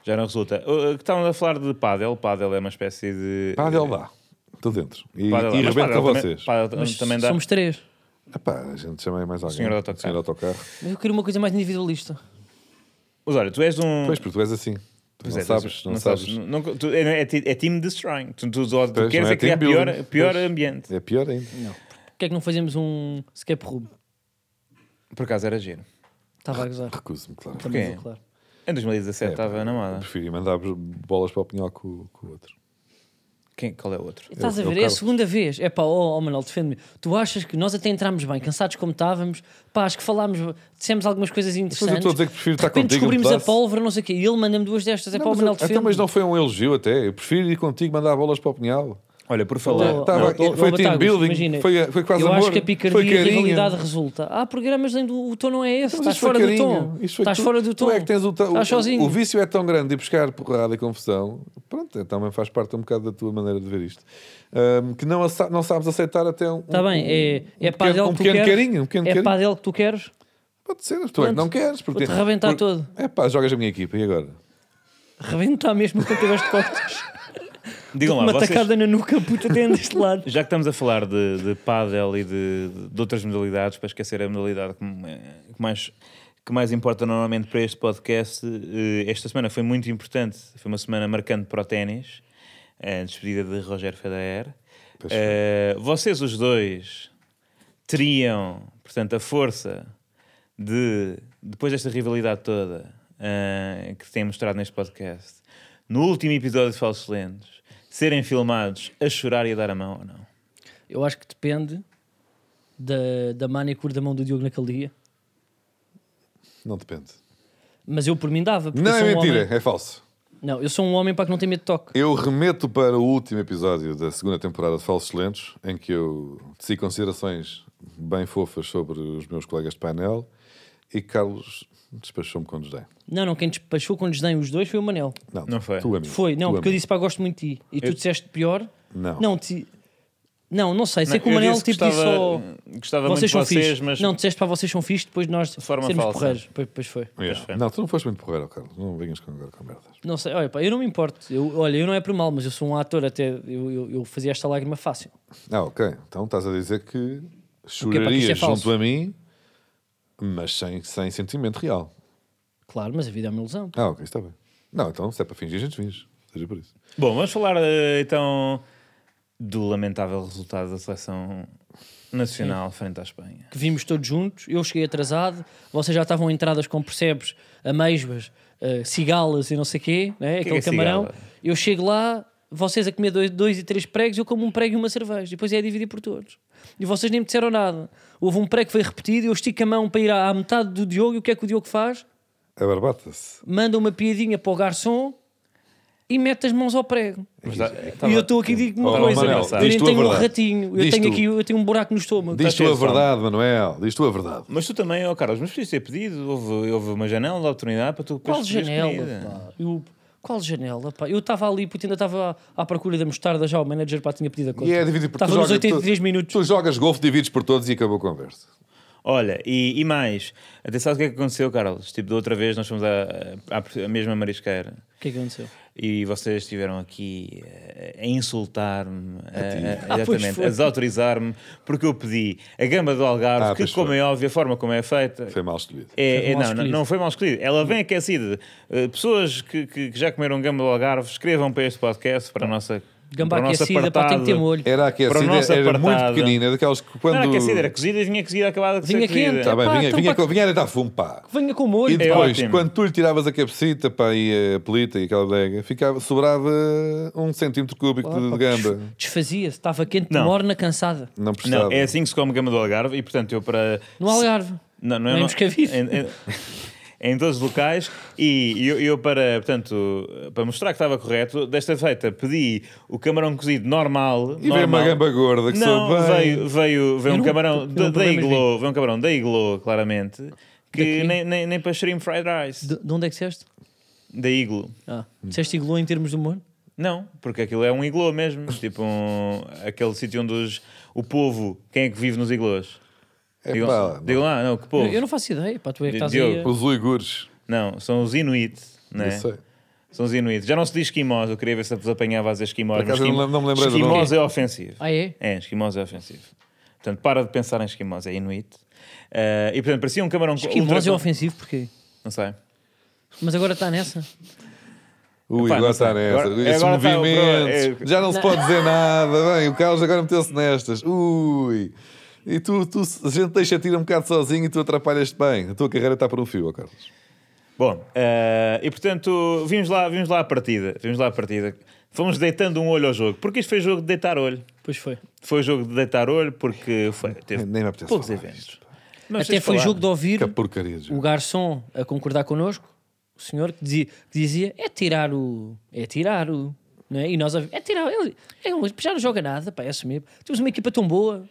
Speaker 3: já não resulta. Uh, Estávamos a falar de pádel. Pádel é uma espécie de...
Speaker 2: Pádel dá. Estou dentro. E,
Speaker 3: Pádel dá.
Speaker 2: e rebento
Speaker 3: Mas
Speaker 2: com
Speaker 3: pádel também-
Speaker 2: vocês.
Speaker 3: Pádel
Speaker 1: Mas
Speaker 3: também dá...
Speaker 1: somos três.
Speaker 2: Epá, a gente chama mais alguém.
Speaker 3: Senhor do autocarro.
Speaker 2: Senhor do autocarro.
Speaker 1: Mas eu queria uma coisa mais individualista.
Speaker 3: Mas olha, tu és um...
Speaker 2: Pois, porque tu és assim. Tu
Speaker 3: Pois
Speaker 2: não
Speaker 3: é,
Speaker 2: sabes,
Speaker 3: tu-
Speaker 2: não, sabes.
Speaker 3: não- não- tu- é, é, ti- é team destroying. Tu, tu, tu, tu
Speaker 2: Pois,
Speaker 3: queres
Speaker 2: não é
Speaker 3: é criar
Speaker 2: team
Speaker 3: pior,
Speaker 2: building.
Speaker 3: pior
Speaker 2: Pois.
Speaker 3: ambiente.
Speaker 2: É pior ainda.
Speaker 1: Porquê é que não fazemos um escape room?
Speaker 3: Por acaso era giro.
Speaker 1: Estava a gozar.
Speaker 2: Recuso-me, claro.
Speaker 1: Também
Speaker 3: Porquê?
Speaker 1: vou, claro.
Speaker 3: Em 2017
Speaker 2: É, pá,
Speaker 3: estava na moda.
Speaker 2: Prefiro mandar bolas para o pinhal com, com o outro.
Speaker 3: Quem, qual é o outro?
Speaker 1: Estás a
Speaker 2: eu
Speaker 1: ver? É a
Speaker 2: Carlos.
Speaker 1: segunda vez. É pá, oh, oh Manuel, defende-me. Tu achas que nós até entramos bem, cansados como estávamos, pá, acho que falámos, dissemos algumas coisas
Speaker 2: Mas eu
Speaker 1: interessantes.
Speaker 2: estou a dizer que prefiro estar
Speaker 1: de repente
Speaker 2: contigo. no
Speaker 1: descobrimos a
Speaker 2: pedaço.
Speaker 1: pólvora, não sei o quê, e ele manda-me duas destas. É
Speaker 2: Não,
Speaker 1: pá, o
Speaker 2: mas
Speaker 1: Manel
Speaker 2: eu- então, mas
Speaker 1: defende.
Speaker 2: não foi um elogio até. Eu prefiro ir contigo mandar bolas para o pinhal.
Speaker 3: Olha, por
Speaker 1: Olá,
Speaker 3: falar.
Speaker 1: olá,
Speaker 2: Tava-
Speaker 1: olá,
Speaker 2: foi
Speaker 1: olá,
Speaker 2: team
Speaker 1: Batagos,
Speaker 2: building, foi- foi quase
Speaker 1: eu
Speaker 2: amor,
Speaker 1: acho que a
Speaker 2: foi
Speaker 1: picardia e a
Speaker 2: carinho.
Speaker 1: rivalidade resulta. Há programas onde o tom não é esse,
Speaker 2: Então,
Speaker 1: estás
Speaker 2: Mas isto foi
Speaker 1: fora do tom.
Speaker 2: carinho. Isto foi
Speaker 1: Estás
Speaker 2: tu-
Speaker 1: fora do tom.
Speaker 2: Tu é que tens o, ta- o-
Speaker 1: Estás sozinho.
Speaker 2: o vício é tão grande de buscar porrada e confusão. Pronto, é, também faz parte um bocado da tua maneira de ver isto. Ahm, que não, ace- não sabes aceitar até um.
Speaker 1: Está bem, é, é
Speaker 2: pequeno-
Speaker 1: padel
Speaker 2: um
Speaker 1: que tu
Speaker 2: pequeno
Speaker 1: queres.
Speaker 2: carinho, um pequeno
Speaker 1: é
Speaker 2: carinho.
Speaker 1: padel que tu queres.
Speaker 2: Pode ser, tu é que não queres. Porque
Speaker 1: vou-te rebentar todo.
Speaker 2: É pá, jogas a minha equipa e agora?
Speaker 1: Rebentar mesmo quando tiveres de costas.
Speaker 3: Digam lá,
Speaker 1: Uma
Speaker 3: vocês,
Speaker 1: tacada na nuca, puta, tem deste lado.
Speaker 3: já que estamos a falar de, de pádel e de, de outras modalidades, para esquecer a modalidade que, me- que mais, que mais importa normalmente para este podcast, eh, esta semana foi muito importante. Foi uma semana marcante para o ténis, a despedida de Roger Federer.
Speaker 2: Pois
Speaker 3: Eh, vocês os dois teriam, portanto, a força de, depois desta rivalidade toda eh, que tem mostrado neste podcast, no último episódio de Falsos Lentos, serem filmados a chorar e a dar a mão ou não?
Speaker 1: Eu acho que depende da, da manicure da mão do Diogo naquele dia.
Speaker 2: Não depende.
Speaker 1: Mas eu por mim dava. porque
Speaker 2: Não
Speaker 1: eu
Speaker 2: é
Speaker 1: sou um
Speaker 2: mentira,
Speaker 1: homem-
Speaker 2: é falso.
Speaker 1: Não, eu sou um homem para que não tenha medo de toque.
Speaker 2: Eu remeto para o último episódio da segunda temporada de Falsos Lentos, em que eu teci considerações bem fofas sobre os meus colegas de painel e Carlos despachou-me quando nos
Speaker 1: Não, não, quem despachou com desdém os dois foi o Manel.
Speaker 2: Não,
Speaker 3: Não foi.
Speaker 2: Tu, amigo.
Speaker 1: Foi, não,
Speaker 2: Tu,
Speaker 1: porque eu
Speaker 2: amigo.
Speaker 1: disse pá, gosto muito de ti. E tu disseste pior.
Speaker 2: Não.
Speaker 1: Não, ti- não, não sei. Sei que o
Speaker 3: Eu
Speaker 1: Manel
Speaker 3: disse que
Speaker 1: tipo disse
Speaker 3: gostava-
Speaker 1: só.
Speaker 3: Gostava
Speaker 1: Vocês são
Speaker 3: muito de vocês,
Speaker 1: fixe.
Speaker 3: mas
Speaker 1: Não, disseste para vocês são fixe, depois nós de
Speaker 3: forma
Speaker 1: sermos
Speaker 3: falsa.
Speaker 1: porreiros. Pois, pois foi.
Speaker 2: Yeah.
Speaker 3: Pois foi.
Speaker 2: Não, tu não foste muito porreiro, Carlos. Não venhas com, agora com merdas.
Speaker 1: Não sei, olha, pá, eu não me importo. Eu, olha, eu não é por mal, mas eu sou um ator, até eu, eu, eu fazia esta lágrima fácil.
Speaker 2: Ah, ok. Então estás a dizer que
Speaker 1: pá, que isto é
Speaker 2: chorarias
Speaker 1: falso.
Speaker 2: junto a mim, mas sem, sem sentimento real.
Speaker 1: Claro, mas a vida é uma ilusão.
Speaker 2: Ah, ok, está bem. Não, então se é para fingir, a gente finge. Seja por isso.
Speaker 3: Bom, vamos falar eh, então do lamentável resultado da seleção nacional frente à Espanha.
Speaker 1: Que vimos todos juntos, eu cheguei atrasado, vocês já estavam em entradas com percebes, amêijoas, eh, cigalas e não sei quê, né?
Speaker 3: que
Speaker 1: aquele
Speaker 3: é
Speaker 1: camarão.
Speaker 3: cigala?
Speaker 1: Eu chego lá, vocês a comer dois, dois e três pregos, eu como um prego e uma cerveja. E depois é a dividir por todos. E vocês nem me disseram nada. Houve um prego que foi repetido, eu estico a mão para ir à, à metade do Diogo e o que é que o Diogo faz?
Speaker 2: Abarbata-se.
Speaker 1: Manda uma piadinha para o garçom e mete as mãos ao prego.
Speaker 3: Mas dá- é,
Speaker 1: eh, e eu estou aqui e digo uma
Speaker 2: Oh,
Speaker 1: coisa,
Speaker 2: Manel,
Speaker 1: eu
Speaker 2: diz
Speaker 1: nem
Speaker 2: tu a
Speaker 1: tenho um
Speaker 2: verdade.
Speaker 1: ratinho, eu
Speaker 2: Diz
Speaker 1: tenho
Speaker 2: tu.
Speaker 1: aqui eu tenho um buraco no estômago.
Speaker 2: Diz tu a
Speaker 3: atenção.
Speaker 2: verdade, Manuel. Diz tu a verdade.
Speaker 3: Mas tu também, ó Carlos, mas podias ter pedido, houve, houve uma janela de oportunidade para tu para
Speaker 1: Qual
Speaker 3: tu escolheres
Speaker 1: janela?
Speaker 3: comida.
Speaker 1: pá? Eu- qual janela? Pá? Eu estava ali, puto, ainda estava à, à procura da mostarda já, o manager pá, tinha pedido a conta.
Speaker 2: E é dividido por
Speaker 1: estava
Speaker 2: tu
Speaker 1: nos
Speaker 2: jogas-
Speaker 1: 83
Speaker 2: tu-
Speaker 1: minutos.
Speaker 2: Tu jogas golfe, divides por todos e acabou a conversa.
Speaker 3: Olha, e, e mais, até sabes o que é que aconteceu, Carlos? Tipo, da outra vez nós fomos à, à- à mesma marisqueira
Speaker 1: O que é que aconteceu?
Speaker 3: e vocês estiveram aqui eh, a insultar-me, a- a-
Speaker 1: Ah, pois
Speaker 3: exatamente,
Speaker 1: foi.
Speaker 3: a desautorizar-me, porque eu pedi a gamba do Algarve,
Speaker 2: Ah,
Speaker 3: que,
Speaker 2: pois
Speaker 3: como
Speaker 2: foi.
Speaker 3: é óbvio, a forma como é feita,
Speaker 2: Foi mal escolhido.
Speaker 3: É,
Speaker 1: Foi mal
Speaker 3: é, não, não,
Speaker 1: escolhido.
Speaker 3: não foi mal escolhido. Ela vem aquecida. Uh, pessoas que, que- que já comeram gamba do Algarve, escrevam para este podcast, para a nossa.
Speaker 1: Gamba
Speaker 3: para o nosso
Speaker 1: aquecida, pá, tem que ter
Speaker 3: apartado.
Speaker 1: molho.
Speaker 2: Era
Speaker 3: Para o
Speaker 2: aquecida,
Speaker 3: nosso
Speaker 2: era muito
Speaker 3: apartado.
Speaker 2: pequenina, daquelas que quando.
Speaker 3: Não era aquecida, era cozida e vinha cozida acabada de
Speaker 1: Vinha
Speaker 3: ser cozida.
Speaker 1: quente.
Speaker 2: Tá bem,
Speaker 1: Pá,
Speaker 2: vinha,
Speaker 1: então
Speaker 2: vinha,
Speaker 1: para-
Speaker 2: vinha, era dar fumo, pá.
Speaker 1: Venha com molho.
Speaker 2: E depois,
Speaker 3: é ótimo.
Speaker 2: quando tu lhe tiravas a cabecita pá, e a pelita e aquela adega, ficava, sobrava um centímetro cúbico de, de gamba.
Speaker 1: Desfazia-se, estava quente,
Speaker 3: Não.
Speaker 1: morna, cansada.
Speaker 2: Não
Speaker 3: Não,
Speaker 2: precisava.
Speaker 3: é assim que se come gama do Algarve e, portanto, eu para.
Speaker 1: No Algarve.
Speaker 3: Não,
Speaker 1: Não
Speaker 3: não é
Speaker 1: é
Speaker 3: no-
Speaker 1: Moscavide.
Speaker 3: Em, em- em todos os locais e eu, eu para, portanto, para mostrar que estava correto, desta feita pedi o camarão cozido normal.
Speaker 2: E veio uma
Speaker 3: normal.
Speaker 2: gamba gorda que
Speaker 3: Não,
Speaker 2: soube bem.
Speaker 3: veio, veio, veio
Speaker 1: Era
Speaker 3: um
Speaker 1: um-
Speaker 3: camarão
Speaker 1: era um
Speaker 3: da- da
Speaker 1: problema
Speaker 3: Iglo, veio um camarão da Iglo, claramente, que
Speaker 1: Daqui?
Speaker 3: nem, nem, nem para shrimp fried rice,
Speaker 1: De, de onde é que disseste?
Speaker 3: da Iglo.
Speaker 1: Ah, disseste iglu em termos de humor?
Speaker 3: Não, porque aquilo é um iglô mesmo, tipo um- aquele sítio onde os- o povo, quem é que vive nos iglôs?
Speaker 2: É
Speaker 3: Digam,
Speaker 2: pá,
Speaker 3: digam lá, não, que povo?
Speaker 1: Eu, eu não faço ideia, pá, tu é que estás aí
Speaker 3: Diogo,
Speaker 1: a-
Speaker 2: Os uigures.
Speaker 3: Não, são os Inuit, não
Speaker 2: Eu
Speaker 3: é?
Speaker 2: sei.
Speaker 3: São os Inuit. Já não se diz esquimós, eu queria ver se vos apanhava as esquimós.
Speaker 2: Por
Speaker 3: mas
Speaker 2: acaso eu
Speaker 3: esquim-
Speaker 2: não me lembrei do nome.
Speaker 3: Esquimós é ofensivo.
Speaker 1: Ah, é?
Speaker 3: É, esquimós é ofensivo. Portanto, para de pensar em esquimós, é Inuit. Ah, e portanto, parecia um camarão
Speaker 1: Que
Speaker 3: ultra-
Speaker 1: é ofensivo, porquê?
Speaker 3: Não sei.
Speaker 1: Mas agora está nessa.
Speaker 2: Ui,
Speaker 3: Epá,
Speaker 2: agora
Speaker 3: não
Speaker 2: está
Speaker 3: sei.
Speaker 2: nessa.
Speaker 3: Agora-
Speaker 2: Esse
Speaker 3: agora está o
Speaker 2: movimento.
Speaker 3: pro- é-
Speaker 2: Já não se pode dizer nada. Bem, o Carlos agora meteu-se nestas. Ui. E tu, tu, a gente deixa-te ir um bocado sozinho e tu atrapalhas-te bem. A tua carreira está por um fio, ó Carlos.
Speaker 3: Bom, eh, e portanto, vimos lá, vimos lá a partida. Vimos lá a partida. Fomos deitando um olho ao jogo, porque isto foi jogo de deitar olho.
Speaker 1: Pois foi.
Speaker 3: Foi jogo de deitar olho porque foi, teve
Speaker 2: Nem me apetece
Speaker 3: poucos
Speaker 2: falar
Speaker 3: eventos.
Speaker 2: disto,
Speaker 3: Mas
Speaker 1: Até
Speaker 3: vocês
Speaker 1: foi
Speaker 3: falaram.
Speaker 1: jogo de ouvir
Speaker 2: Que porcaria de
Speaker 1: o
Speaker 2: jogo.
Speaker 1: garçom a concordar connosco, o senhor que dizia, que dizia, é tirar o. É tirar o. Não é? E nós a é tirar. Ele, ele já não joga nada, pá, é assumir. Temos uma equipa tão boa,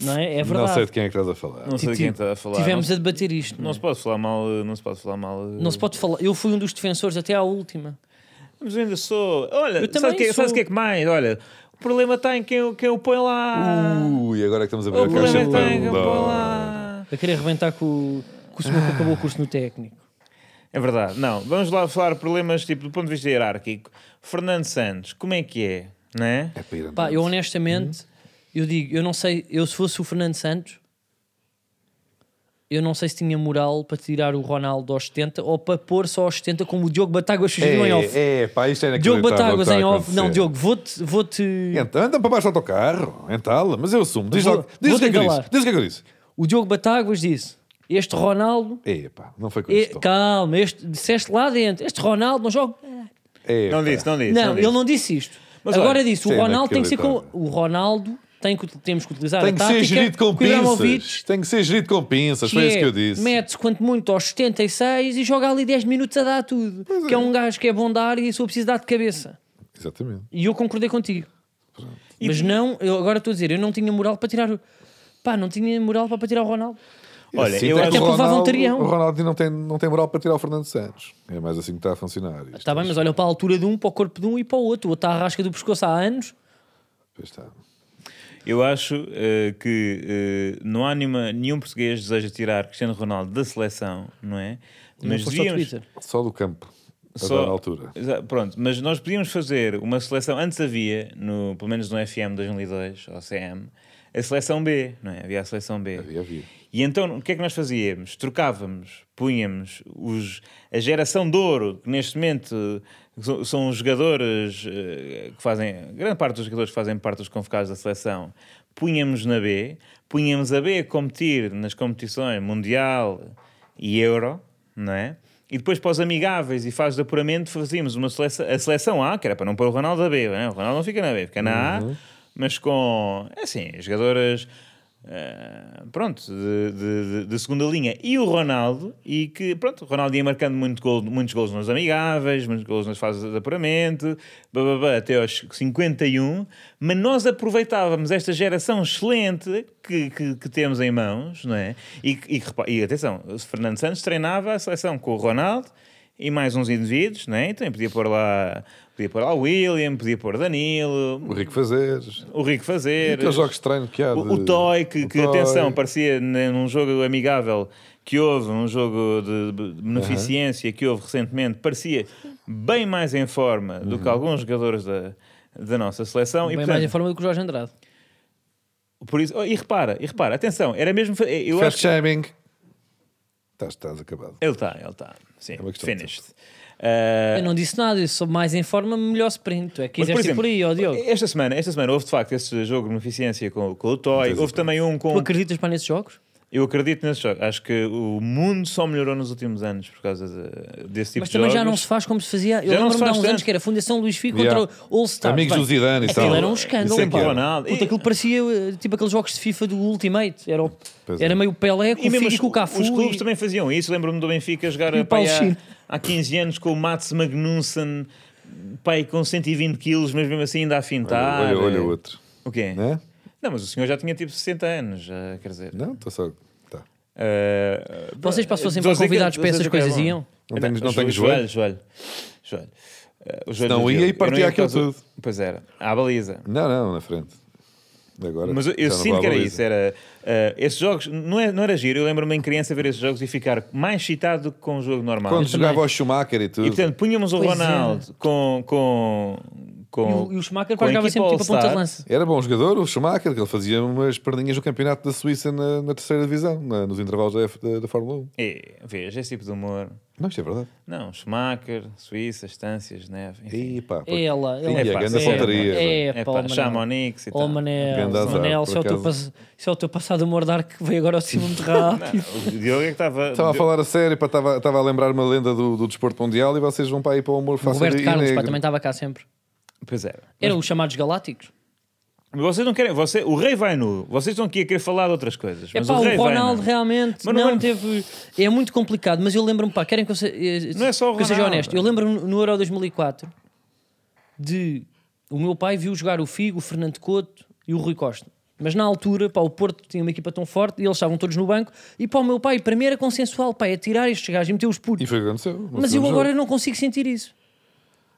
Speaker 1: não é? É
Speaker 2: Não
Speaker 1: verdade.
Speaker 2: sei de quem é que estás a falar.
Speaker 3: Não sei de
Speaker 1: Ti-
Speaker 3: quem está a falar.
Speaker 1: Tivemos
Speaker 3: não,
Speaker 1: a debater isto.
Speaker 3: se- não
Speaker 1: Não, é?
Speaker 3: se pode falar mal, eh, não se pode falar mal. eh.
Speaker 1: Não se pode falar. Eu fui um dos defensores até à última.
Speaker 3: Mas eu ainda sou. Olha,
Speaker 1: Eu
Speaker 3: sabe o
Speaker 1: também
Speaker 3: que,
Speaker 1: sou.
Speaker 3: sabes o que é que mais? Olha, o problema está em quem, o- quem o põe lá.
Speaker 2: Ui, agora é que é estamos a ver
Speaker 3: o
Speaker 2: a caixa
Speaker 3: problema
Speaker 2: de
Speaker 3: está em quem o põe
Speaker 2: Pandora.
Speaker 3: lá.
Speaker 1: A querer arrebentar com, o- com o senhor que acabou o curso no técnico.
Speaker 3: É verdade. Não, vamos lá falar problemas tipo do ponto de vista hierárquico. Fernando Santos, como é que é? Não é?
Speaker 2: É para ir
Speaker 1: Pá,
Speaker 2: andar.
Speaker 1: eu honestamente,
Speaker 2: Uhum.
Speaker 1: eu digo, eu não sei, eu se fosse o Fernando Santos, eu não sei se tinha moral para tirar o Ronaldo aos 70 ou para pôr só aos 70 como o Diogo Batáguas sugeriu em off.
Speaker 2: É, é, pá, isto é
Speaker 1: Diogo
Speaker 2: inacreditável o que
Speaker 1: Batáguas
Speaker 2: está a
Speaker 1: em off. Não,
Speaker 2: acontecer.
Speaker 1: Diogo, vou-te. Vou-te.
Speaker 2: Então, anda para baixo do autocarro, entala, mas eu assumo. Diz,
Speaker 1: Vou-
Speaker 2: logo, diz o que é que eu
Speaker 1: vou-te
Speaker 2: disse.
Speaker 1: entalar.
Speaker 2: Diz o que é que eu disse.
Speaker 1: O Diogo Batáguas disse: Este Ronaldo.
Speaker 2: É, pá, não foi com
Speaker 1: e-
Speaker 2: isto.
Speaker 1: calma, este, disseste lá dentro: Este Ronaldo não joga.
Speaker 2: É,
Speaker 3: Não
Speaker 2: pá.
Speaker 3: disse, não disse.
Speaker 1: não,
Speaker 3: disse.
Speaker 1: ele não disse isto.
Speaker 3: Mas
Speaker 1: Agora
Speaker 3: olha,
Speaker 1: disse:
Speaker 2: sim,
Speaker 1: O Ronaldo tem que ser com.
Speaker 2: inacreditável.
Speaker 1: O Ronaldo tem que, temos que utilizar
Speaker 2: então. Tem
Speaker 1: a
Speaker 2: que
Speaker 1: tática.
Speaker 2: ser gerido com
Speaker 1: que o Ibrahimovic
Speaker 2: pinças. Tem que ser gerido com pinças, foi
Speaker 1: é,
Speaker 2: isso que eu disse.
Speaker 1: Mete-se quanto muito aos 76 e joga ali 10 minutos a dar tudo. que é. um gajo que é bom dar e só precisa dar de cabeça.
Speaker 2: Exatamente.
Speaker 1: E eu concordei contigo. Mas não, eu agora estou a dizer, eu não tinha moral para tirar o. Pá, não tinha moral para tirar o Ronaldo.
Speaker 3: Olha,
Speaker 2: Assim
Speaker 3: eu
Speaker 2: tem
Speaker 3: acho-
Speaker 2: que o
Speaker 1: Até provavam
Speaker 2: Ronaldo-
Speaker 1: teriam.
Speaker 2: O Ronaldo não tem, não tem moral para tirar o Fernando Santos. É mais assim que está a funcionar. isto.
Speaker 1: Está bem, mas olha para a altura de um, para o corpo de um e para o outro. O outro está à rasca do pescoço há anos.
Speaker 2: Pois está.
Speaker 3: Eu acho eh, que eh, não há nenhuma, nenhum português deseja tirar Cristiano Ronaldo da seleção, não é?
Speaker 1: Mas não foste ao Twitter.
Speaker 2: Só do campo. A
Speaker 3: Só-
Speaker 2: dar altura.
Speaker 3: Exa- Pronto, mas nós podíamos fazer uma seleção, antes havia, no, pelo menos no FM 2002, ou CM, a seleção B, não é? Havia a seleção B.
Speaker 2: Havia, havia.
Speaker 3: E então, o que é que nós fazíamos? Trocávamos, punhamos os, a geração de ouro, que neste momento so- são os jogadores eh, que fazem, grande parte dos jogadores que fazem parte dos convocados da seleção, punhamos na B, punhamos a B a competir nas competições Mundial e Euro, não é? E depois para os amigáveis e fases de apuramento fazíamos uma seleção, a seleção A, que era para não pôr o Ronaldo a B, né? o Ronaldo não fica na B, fica na A, mas com, assim, jogadoras, ah, pronto, de, de- de- de segunda linha. E o Ronaldo, e que, pronto, o Ronaldo ia marcando muito gol, muitos golos nos amigáveis, muitos golos nas fases de apuramento, blá, blá, blá, até aos 51, mas nós aproveitávamos esta geração excelente que, que, que temos em mãos, não é? E, que- e que repa- e atenção, o Fernando Santos treinava a seleção com o Ronaldo e mais uns indivíduos, não é? Então podia pôr lá, podia pôr lá o William, podia pôr
Speaker 2: O
Speaker 3: Danilo,
Speaker 2: Rico Fazeres.
Speaker 3: o Rico Fazer,
Speaker 2: Aqueles jogos de treino que há.
Speaker 3: o,
Speaker 2: de-
Speaker 3: o Toy, que,
Speaker 2: o
Speaker 3: que,
Speaker 2: Toy.
Speaker 3: atenção, parecia ne- num jogo amigável que houve, um jogo de de beneficência que houve recentemente, parecia bem mais em forma do
Speaker 2: Uhum.
Speaker 3: que alguns jogadores da, da nossa seleção.
Speaker 1: Bem
Speaker 3: e,
Speaker 1: mais em
Speaker 3: portanto,
Speaker 1: forma do que o Jorge Andrade.
Speaker 3: por isso, oh, e repara, e repara, atenção, era mesmo. fa- Eu acho
Speaker 2: Fast shaming. Estás, estás acabado.
Speaker 3: Ele está, ele está. Sim,
Speaker 2: É uma questão de
Speaker 3: finished. Ah,
Speaker 1: Eu não disse nada, eu sou mais em forma, melhor sprint. Tu é que
Speaker 3: mas, é
Speaker 1: quiseste ir por aí, ó Diogo.
Speaker 3: esta semana, esta semana houve de facto esse jogo de beneficência com, com o Toy, houve também um
Speaker 1: Tu
Speaker 3: com
Speaker 1: acreditas para nesses jogos?
Speaker 3: Eu acredito nesse jogo. Acho que o mundo só melhorou nos últimos anos por causa de- desse tipo
Speaker 1: Mas
Speaker 3: de
Speaker 1: também
Speaker 3: jogos.
Speaker 1: já não se faz como se fazia. Eu
Speaker 3: Já não
Speaker 1: lembro-me de
Speaker 3: se
Speaker 1: há uns
Speaker 3: faz
Speaker 1: anos
Speaker 3: tanto.
Speaker 1: que era Fundação Luís Fico
Speaker 2: Yeah.
Speaker 1: contra o All Stars.
Speaker 2: Amigos
Speaker 1: Bem,
Speaker 2: do Zidane e tal.
Speaker 1: Aquilo era um escândalo.
Speaker 2: Isso é que
Speaker 1: pá.
Speaker 2: era.
Speaker 3: Ronaldo.
Speaker 1: Puta,
Speaker 3: E-
Speaker 1: aquilo parecia eh, tipo aqueles jogos de FIFA do Ultimate. Era, o-
Speaker 2: Pois é.
Speaker 1: era meio Pelé com o Figo e com o Cafu.
Speaker 3: os clubes
Speaker 1: e-
Speaker 3: também faziam isso. Lembro-me do Benfica jogar
Speaker 1: E o
Speaker 3: pá,
Speaker 1: Paulo Chino.
Speaker 3: há, há 15 anos com o Mats Magnussen, pai com 120 quilos, mas mesmo assim ainda a fintar. É,
Speaker 2: olha, olha o outro.
Speaker 3: O quê?
Speaker 2: Né?
Speaker 3: Não, mas o senhor já tinha tipo 60 anos, já, quer dizer.
Speaker 2: Não, estou só. Tá.
Speaker 3: Uh,
Speaker 1: Vocês, para se fossem
Speaker 3: vocês é que-
Speaker 1: convidados para
Speaker 3: vocês
Speaker 1: essas
Speaker 3: é que eram.
Speaker 1: coisas, iam?
Speaker 2: Não tenho- não
Speaker 3: jo-
Speaker 2: tenho
Speaker 3: joelho. Joelho, joelho. Uh, o joelho
Speaker 2: Senão
Speaker 3: do
Speaker 2: ia e
Speaker 3: Diogo. Eu
Speaker 2: partia
Speaker 3: não ia por
Speaker 2: aquilo
Speaker 3: causa-
Speaker 2: tudo.
Speaker 3: Pois era, à baliza.
Speaker 2: Não, não, na frente. Agora,
Speaker 3: Mas eu, eu
Speaker 2: já não
Speaker 3: sinto
Speaker 2: vou
Speaker 3: que
Speaker 2: à
Speaker 3: era
Speaker 2: baliza.
Speaker 3: isso, era eh, esses jogos, não, é, não era giro. Eu lembro-me em criança ver esses jogos e ficar mais excitado do que com o jogo normal.
Speaker 2: Quando jogava
Speaker 1: também.
Speaker 2: ao Schumacher e tudo.
Speaker 3: E portanto, punhamos o
Speaker 1: Pois é.
Speaker 3: Ronaldo com, com,
Speaker 1: E
Speaker 3: com.
Speaker 1: o, e o Schumacher
Speaker 3: com
Speaker 1: quase jogava
Speaker 3: equipa
Speaker 1: sempre tipo a ponta de
Speaker 3: All-Star.
Speaker 1: lança.
Speaker 2: Era bom jogador, o Schumacher, que ele fazia umas perninhas no campeonato da Suíça na, na terceira divisão, na- nos intervalos da, F- da, da Fórmula 1.
Speaker 3: É, veja, esse tipo de humor.
Speaker 2: Não, isto é verdade.
Speaker 3: Não, Schumacher, Suíça, Estâncias, Neve. Enfim.
Speaker 2: E pá, pá.
Speaker 1: É lá, é
Speaker 2: Sim,
Speaker 1: lá.
Speaker 2: é grande
Speaker 1: É,
Speaker 2: pontaria,
Speaker 1: É,
Speaker 3: É,
Speaker 1: pá, ó,
Speaker 3: pá,
Speaker 1: Manel.
Speaker 3: Chamonix e
Speaker 1: Oh
Speaker 3: tal.
Speaker 1: Manel,
Speaker 2: Grande azar,
Speaker 1: Manel,
Speaker 2: por
Speaker 1: se é o teu
Speaker 2: acaso.
Speaker 1: pas- se é o teu passado amor dark que veio agora ao cima muito rápido.
Speaker 3: O Diogo é que estava.
Speaker 2: Estava a falar a sério, pá, estava, estava a lembrar uma lenda do, do desporto mundial e vocês vão para aí para o humor
Speaker 1: O
Speaker 2: fácil
Speaker 1: Roberto
Speaker 2: e
Speaker 1: Carlos pá,
Speaker 2: negro.
Speaker 1: também estava cá sempre.
Speaker 3: Pois era.
Speaker 1: Eram os chamados galácticos.
Speaker 3: Mas Vocês não querem. Você, o rei vai nu. Vocês estão aqui a querer falar de outras coisas.
Speaker 1: É
Speaker 3: Mas
Speaker 1: pá,
Speaker 3: o
Speaker 1: o
Speaker 3: rei vai
Speaker 1: Ronaldo
Speaker 3: nu.
Speaker 1: realmente
Speaker 3: Mas
Speaker 1: não,
Speaker 3: não é-
Speaker 1: teve. É muito complicado, mas eu lembro-me, pá, querem que eu, se... eh,
Speaker 3: Não é só o
Speaker 1: que eu seja
Speaker 3: Ronaldo.
Speaker 1: honesto. Eu lembro-me no Euro 2004 de. O meu pai viu jogar o Figo, o Fernando Couto e o Rui Costa. Mas na altura, pá, o Porto tinha uma equipa tão forte e eles estavam todos no banco. E pá, o meu pai, para mim era consensual, pá, é tirar estes gajos e meter os putos.
Speaker 2: E foi o que aconteceu. no
Speaker 1: Mas eu
Speaker 2: segundo
Speaker 1: agora
Speaker 2: jogo.
Speaker 1: não consigo sentir isso.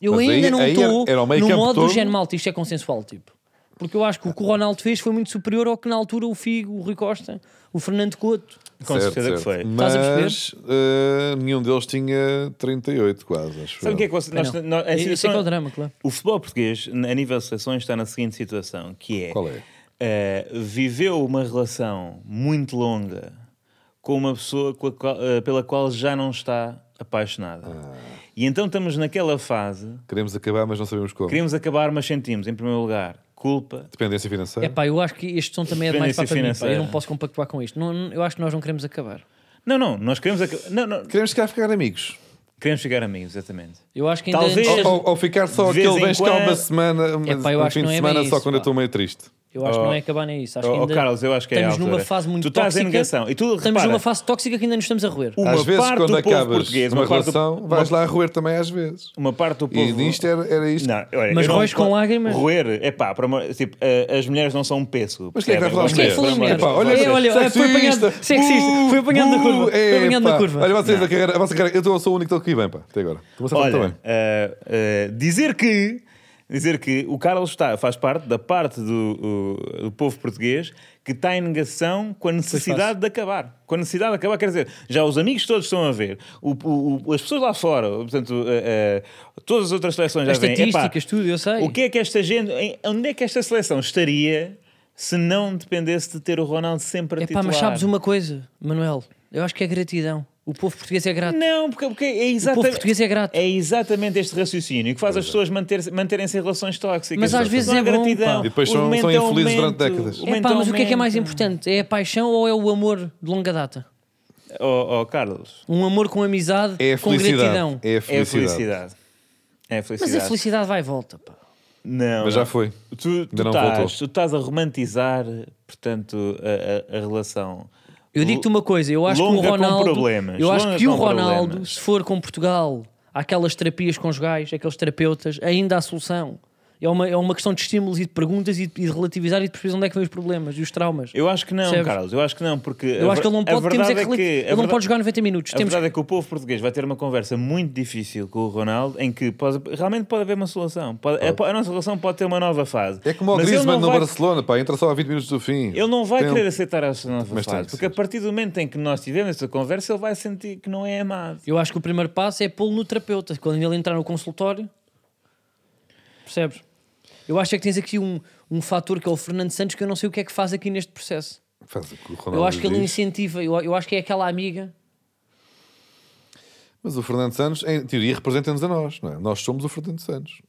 Speaker 1: Eu
Speaker 2: Mas aí-
Speaker 1: ainda não
Speaker 2: aí
Speaker 1: estou
Speaker 2: era- era o meio
Speaker 1: no
Speaker 2: campo
Speaker 1: modo do
Speaker 2: todo.
Speaker 1: género malta, isto é consensual, tipo. Porque eu acho que o que o Ronaldo fez foi muito superior ao que na altura o Figo, o Rui Costa, o Fernando Couto.
Speaker 3: Com
Speaker 2: Certo,
Speaker 3: certeza que
Speaker 2: certo.
Speaker 3: foi.
Speaker 1: Estás a perceber?
Speaker 2: Mas eh, nenhum deles tinha 38, quase. Acho
Speaker 3: Sabe o
Speaker 2: eu.
Speaker 3: que é que você, nós,
Speaker 1: Não.
Speaker 3: nós- a
Speaker 1: Isso é que é o
Speaker 3: situação-
Speaker 1: drama, claro.
Speaker 3: O futebol português, a nível de seleções, está na seguinte situação, que é...
Speaker 2: Qual é?
Speaker 3: eh, viveu uma relação muito longa com uma pessoa com a qual- eh, pela qual já não está apaixonada.
Speaker 2: Ah.
Speaker 3: E então estamos naquela fase,
Speaker 2: Queremos acabar, mas não sabemos como.
Speaker 3: queremos acabar, mas sentimos, em primeiro lugar, culpa.
Speaker 2: Dependência
Speaker 1: É
Speaker 2: financeira.
Speaker 1: pá, eu acho que este som também é demais para,
Speaker 3: Dependência
Speaker 1: para mim. pá. Eu
Speaker 3: financeira.
Speaker 1: não posso compactuar com isto. Não- não- eu acho que nós não queremos acabar.
Speaker 3: Não, não, nós queremos, aca- não, não,
Speaker 2: Queremos cá ficar amigos.
Speaker 3: queremos chegar amigos, exatamente.
Speaker 1: Eu acho que ainda
Speaker 3: Talvez-
Speaker 1: antes-
Speaker 2: Ou, ou- ou ficar só
Speaker 3: De vez
Speaker 2: aquele
Speaker 3: em
Speaker 2: vens cá uma
Speaker 3: quando-
Speaker 2: semana, mas
Speaker 1: Epá, eu
Speaker 2: um
Speaker 1: acho
Speaker 2: fim
Speaker 1: que não
Speaker 2: de
Speaker 1: é
Speaker 2: semana
Speaker 1: bem
Speaker 2: só
Speaker 1: isso,
Speaker 2: quando eu
Speaker 1: pá.
Speaker 2: estou meio triste.
Speaker 1: Eu acho que não é acabar nem isso. Acho que
Speaker 3: Oh,
Speaker 1: ainda
Speaker 3: Carlos, eu acho que é a
Speaker 1: estamos numa
Speaker 3: altura.
Speaker 1: fase muito
Speaker 3: Tu estás
Speaker 1: tóxica.
Speaker 3: em negação. E tu,
Speaker 1: estamos
Speaker 3: repara-
Speaker 1: numa fase tóxica que ainda nos estamos a roer.
Speaker 3: Uma
Speaker 2: às vezes,
Speaker 3: parte
Speaker 2: quando
Speaker 3: do povo
Speaker 2: acabas
Speaker 3: português,
Speaker 2: uma
Speaker 3: uma parte do-
Speaker 2: relação,
Speaker 3: uma-
Speaker 2: vais lá a roer também às vezes.
Speaker 3: Uma parte do povo...
Speaker 2: E nisto era, era isto.
Speaker 3: Não, olha,
Speaker 1: Mas
Speaker 3: eu não-
Speaker 1: roes com lágrimas?
Speaker 3: Roer, é pá, para uma- tipo, eh, as mulheres não são um peso.
Speaker 2: Mas quem é que vai falar
Speaker 1: Mas quem é que
Speaker 2: de
Speaker 1: falou em
Speaker 2: mulheres?
Speaker 1: mulheres?
Speaker 2: Epá, olha,
Speaker 1: É, olha, olha, foi
Speaker 2: sexista, Uh, é,
Speaker 1: apanhado- sexista, foi apanhado na curva, foi apanhado na
Speaker 2: epá.
Speaker 1: curva.
Speaker 2: Olha, vocês, a, carreira, a vossa carreira, eu sou o único que estou aqui bem, pá, até agora. Estou a passar
Speaker 3: Olha,
Speaker 2: muito bem.
Speaker 3: eh, eh, dizer que dizer que o Carlos está, faz parte da parte do, o- do povo português que está em negação com a necessidade de acabar. Com a necessidade de acabar, quer dizer, já os amigos todos estão a ver, o- o- o- as pessoas lá fora, portanto, eh, eh, todas as outras seleções já
Speaker 1: As
Speaker 3: vêm. "Epá,
Speaker 1: estatísticas, tudo, eu sei.
Speaker 3: O que é que esta gente, em- onde é que esta seleção estaria se não dependesse de ter o Ronaldo sempre a
Speaker 1: É
Speaker 3: titular?
Speaker 1: mas sabes uma coisa, Manuel? Eu acho que é gratidão. O povo português é grato.
Speaker 3: Não, porque, porque é
Speaker 1: o povo
Speaker 3: exatamente...
Speaker 1: português é grato.
Speaker 3: É exatamente este raciocínio que faz
Speaker 2: é.
Speaker 3: as pessoas manter- manterem-se em relações tóxicas.
Speaker 1: Mas às
Speaker 3: Não
Speaker 1: vezes
Speaker 3: há
Speaker 1: é bom, pá.
Speaker 3: gratidão.
Speaker 2: E depois
Speaker 3: O
Speaker 2: são-
Speaker 3: momento
Speaker 2: são
Speaker 3: é o
Speaker 2: infelizes
Speaker 3: momento,
Speaker 2: durante décadas.
Speaker 3: o
Speaker 1: É
Speaker 3: momento
Speaker 1: pá, mas o que é que é mais
Speaker 3: aumenta.
Speaker 1: importante? É a paixão ou é o amor de longa data?
Speaker 3: Oh, oh, Carlos,
Speaker 1: Um amor com amizade,
Speaker 2: É a
Speaker 1: com
Speaker 2: felicidade.
Speaker 1: gratidão.
Speaker 2: É a
Speaker 3: é a
Speaker 2: felicidade.
Speaker 3: felicidade. É a
Speaker 1: Mas
Speaker 3: felicidade.
Speaker 1: a felicidade vai e volta, pá.
Speaker 3: Não,
Speaker 2: Mas
Speaker 3: não.
Speaker 2: já foi.
Speaker 3: Tu, tu,
Speaker 2: não voltou.
Speaker 3: estás, tu estás a romantizar, portanto, a, a- a relação.
Speaker 1: Eu digo-te uma coisa, eu acho que o
Speaker 3: Longa com
Speaker 1: Ronaldo,
Speaker 3: problemas,
Speaker 1: eu acho
Speaker 3: longa
Speaker 1: que o
Speaker 3: com
Speaker 1: Ronaldo,
Speaker 3: problemas.
Speaker 1: se for com Portugal, aquelas terapias conjugais, aqueles terapeutas, ainda há solução. É uma, é uma questão de estímulos e de perguntas e de, e de relativizar e de perceber onde é que vêm os problemas e os traumas. Eu,
Speaker 3: Eu acho que não,
Speaker 1: Percebes?
Speaker 3: Carlos. Eu acho que não, porque.
Speaker 1: acho que ele não pode, temos é que relati- ele não pode jogar 90 minutos.
Speaker 3: A
Speaker 1: Temos
Speaker 3: verdade é que o povo português vai ter uma conversa muito difícil com o Ronaldo, em que pode- realmente pode haver uma solução. Pode- é, a, a nossa relação pode ter uma nova fase.
Speaker 2: É como o
Speaker 3: Mas ele
Speaker 2: Griezmann
Speaker 3: não
Speaker 2: no
Speaker 3: vai-
Speaker 2: Barcelona, pá, entra só a 20 minutos do fim.
Speaker 3: Ele não vai
Speaker 2: Tem um-
Speaker 3: querer aceitar essa nova
Speaker 2: Mas tem
Speaker 3: fase,
Speaker 2: que
Speaker 3: porque a
Speaker 2: ser.
Speaker 3: partir do momento em que nós tivemos essa conversa, ele vai sentir que não é amado.
Speaker 1: Eu acho que o primeiro passo é pô-lo no terapeuta, quando ele entrar no consultório. Percebes? Eu acho é que tens aqui um, um fator que é o Fernando Santos, que eu não sei o que é que faz aqui neste processo.
Speaker 2: Faz o que o
Speaker 1: eu
Speaker 2: Ronaldo
Speaker 1: acho que ele
Speaker 2: diz.
Speaker 1: incentiva, eu, eu acho que é aquela amiga.
Speaker 2: Mas o Fernando Santos, em teoria, representa-nos a nós, não é? Nós somos o Fernando Santos.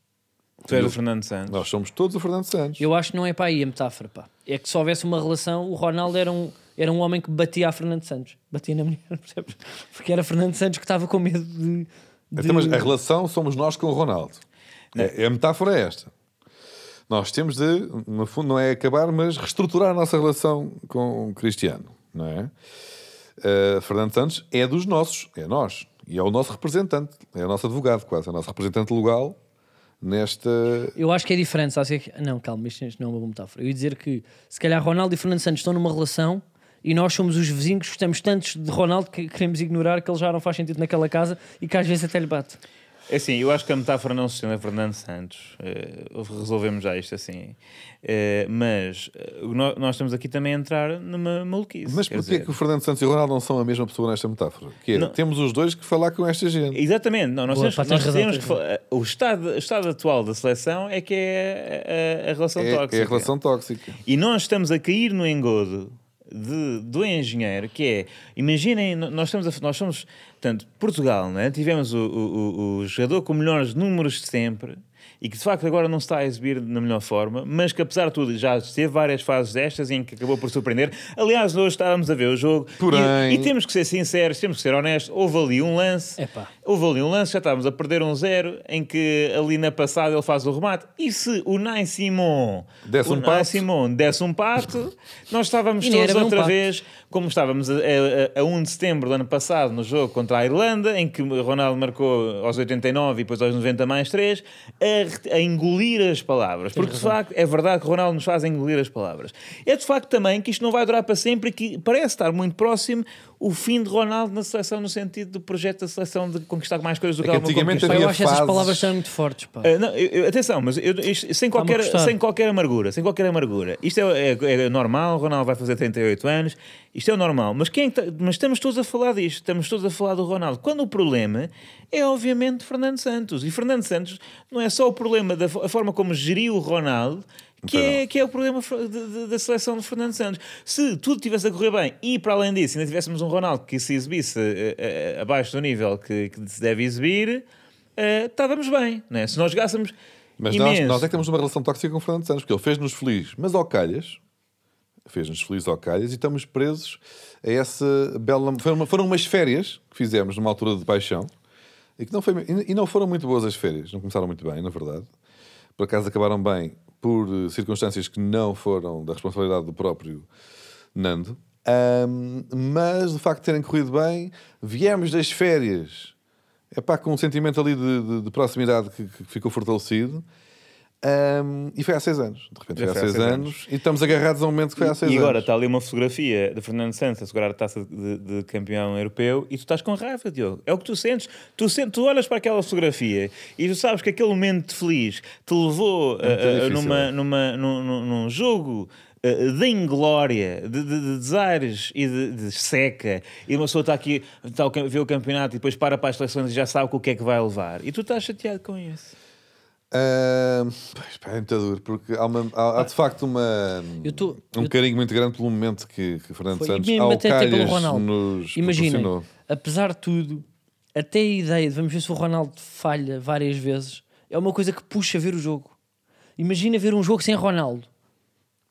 Speaker 3: Tu és o Fernando Santos.
Speaker 2: Nós somos todos o Fernando Santos.
Speaker 1: Eu acho que não é para aí a metáfora, pá. É que se houvesse uma relação, o Ronaldo era um, era um homem que batia a Fernando Santos. Batia na mulher, percebes? Porque era Fernando Santos que estava com medo de. de-
Speaker 2: Então, mas a relação somos nós com o Ronaldo. É, a metáfora é esta. Nós temos de, no fundo, não é acabar, mas reestruturar a nossa relação com o Cristiano, não é? Uh, Fernando Santos é dos nossos, é nós. E é o nosso representante, é o nosso advogado quase, é o nosso representante legal nesta...
Speaker 1: Eu acho que é diferente, sabes? o que é que- Não, calma, isto isto não é uma boa metáfora. Eu ia dizer que se calhar Ronaldo e Fernando Santos estão numa relação e nós somos os vizinhos, gostamos tantos de Ronaldo que queremos ignorar que ele já não faz sentido naquela casa e que às vezes até lhe bate.
Speaker 3: É assim, eu acho que a metáfora não se estende a Fernando Santos. Eh, resolvemos já isto assim. Eh, mas eh, o no- nós estamos aqui também a entrar numa maluquice.
Speaker 2: Mas
Speaker 3: quer
Speaker 2: porquê
Speaker 3: dizer.
Speaker 2: que o Fernando Santos e o Ronaldo não são a mesma pessoa nesta metáfora? Que é,
Speaker 3: Não.
Speaker 2: temos os dois que falar com esta gente.
Speaker 3: Exatamente, não, nós,
Speaker 1: Boa,
Speaker 3: temos,
Speaker 1: pá, tens
Speaker 3: nós
Speaker 1: razão,
Speaker 3: temos
Speaker 1: tens
Speaker 3: que falar- o, estado, o estado atual da seleção é que é a, a- a relação
Speaker 2: É,
Speaker 3: tóxica.
Speaker 2: é a relação tóxica.
Speaker 3: E nós estamos a cair no engodo de, do engenheiro, que é, imaginem, no- nós, estamos a, nós somos, portanto, Portugal, não é? tivemos o, o- o- o jogador com melhores números de sempre e que de facto agora não se está a exibir na melhor forma, mas que apesar de tudo já teve várias fases destas em que acabou por surpreender. Aliás, hoje estávamos a ver o jogo e-
Speaker 2: Porém-
Speaker 3: e, temos que ser sinceros, temos que ser honestos. Houve ali um lance,
Speaker 1: Epá.
Speaker 3: houve ali um lance, já estávamos a perder um zero em que ali na passada ele faz o remate. E se o Nain Simon
Speaker 2: Desse
Speaker 3: o
Speaker 2: um
Speaker 3: Unai
Speaker 2: pato.
Speaker 3: Simon desse um pato, nós estávamos
Speaker 1: E nem
Speaker 3: todos
Speaker 1: era bem um
Speaker 3: outra
Speaker 1: pato.
Speaker 3: vez, como estávamos a, a- a 1 de setembro do ano passado, no jogo contra a Irlanda, em que o Ronaldo marcou aos 89 e depois aos 90 mais 3, a, a engolir as palavras. Porque de facto é verdade que o Ronaldo nos faz engolir as palavras. É de facto também que isto não vai durar para sempre e que parece estar muito próximo o fim de Ronaldo na seleção, no sentido do projeto da seleção de conquistar mais coisas do
Speaker 2: É
Speaker 3: que,
Speaker 2: que
Speaker 3: alguma
Speaker 2: antigamente
Speaker 3: conquista.
Speaker 1: Pá, eu
Speaker 2: Havia
Speaker 1: acho que essas
Speaker 2: fases-
Speaker 1: palavras são muito fortes, pá.
Speaker 3: Ah, não, eu- eu- atenção, mas eu- isto- sem, qualquer,
Speaker 1: a gostar.
Speaker 3: sem qualquer amargura, sem qualquer amargura. Isto é, é- é normal, o Ronaldo vai fazer 38 anos, isto é o normal. Mas, quem é que tá- mas estamos todos a falar disto, estamos todos a falar do Ronaldo. Quando o problema é, obviamente, Fernando Santos. E Fernando Santos não é só o problema da fo- a forma como geriu o Ronaldo, que é, que é o problema fr- de- de- da seleção de Fernando Santos. Se tudo tivesse a correr bem e, para além disso, ainda tivéssemos um Ronaldo que se exibisse eh, eh, abaixo do nível que, que se deve exibir, eh, estávamos bem. Né? Se nós jogássemos.
Speaker 2: Mas nós,
Speaker 3: imenso.
Speaker 2: nós é que temos uma relação tóxica com o Fernando Santos, porque ele fez-nos feliz, mas ao calhas. Fez-nos feliz ao calhas e estamos presos a essa bela. foi uma- Foram umas férias que fizemos numa altura de paixão e que não, foi, e e não foram muito boas as férias, não começaram muito bem, na verdade. Por acaso acabaram bem por eh, circunstâncias que não foram da responsabilidade do próprio Nando. Ahm, mas, de facto, terem corrido bem, viemos das férias. É pá, com um sentimento ali de, de- de proximidade que, que ficou fortalecido. Ahm, e foi há seis anos. De repente foi, há seis, anos. E estamos agarrados a um momento que foi há seis
Speaker 3: E agora
Speaker 2: anos.
Speaker 3: está ali uma fotografia de Fernando Santos a segurar a taça de, de campeão europeu e tu estás com raiva, Diogo. É o que tu sentes. Tu, sentes, tu olhas para aquela fotografia e tu sabes que aquele momento feliz te levou
Speaker 2: muito
Speaker 3: ah, ah,
Speaker 2: difícil,
Speaker 3: numa,
Speaker 2: é.
Speaker 3: numa, num, num- num jogo ah, de inglória, de, de, de desaires e de, de seca. E uma pessoa está aqui, está, ao cam- vê o campeonato e depois para para as seleções e já sabe com o que é que vai levar. E tu estás chateado com isso.
Speaker 2: Ahm, pois, pá, é muito duro, porque há, uma- há- há de facto uma,
Speaker 1: Eu tô-
Speaker 2: um
Speaker 1: eu-
Speaker 2: carinho muito grande pelo momento que, que Fernando
Speaker 1: Foi, e
Speaker 2: Santos
Speaker 1: mesmo
Speaker 2: ao
Speaker 1: até até pelo
Speaker 2: calhas
Speaker 1: Ronaldo.
Speaker 2: nos
Speaker 1: Imaginem,
Speaker 2: proporcionou.
Speaker 1: apesar de tudo, até a ideia de vamos ver se o Ronaldo falha várias vezes é uma coisa que puxa a ver o jogo. Imagina ver um jogo sem Ronaldo.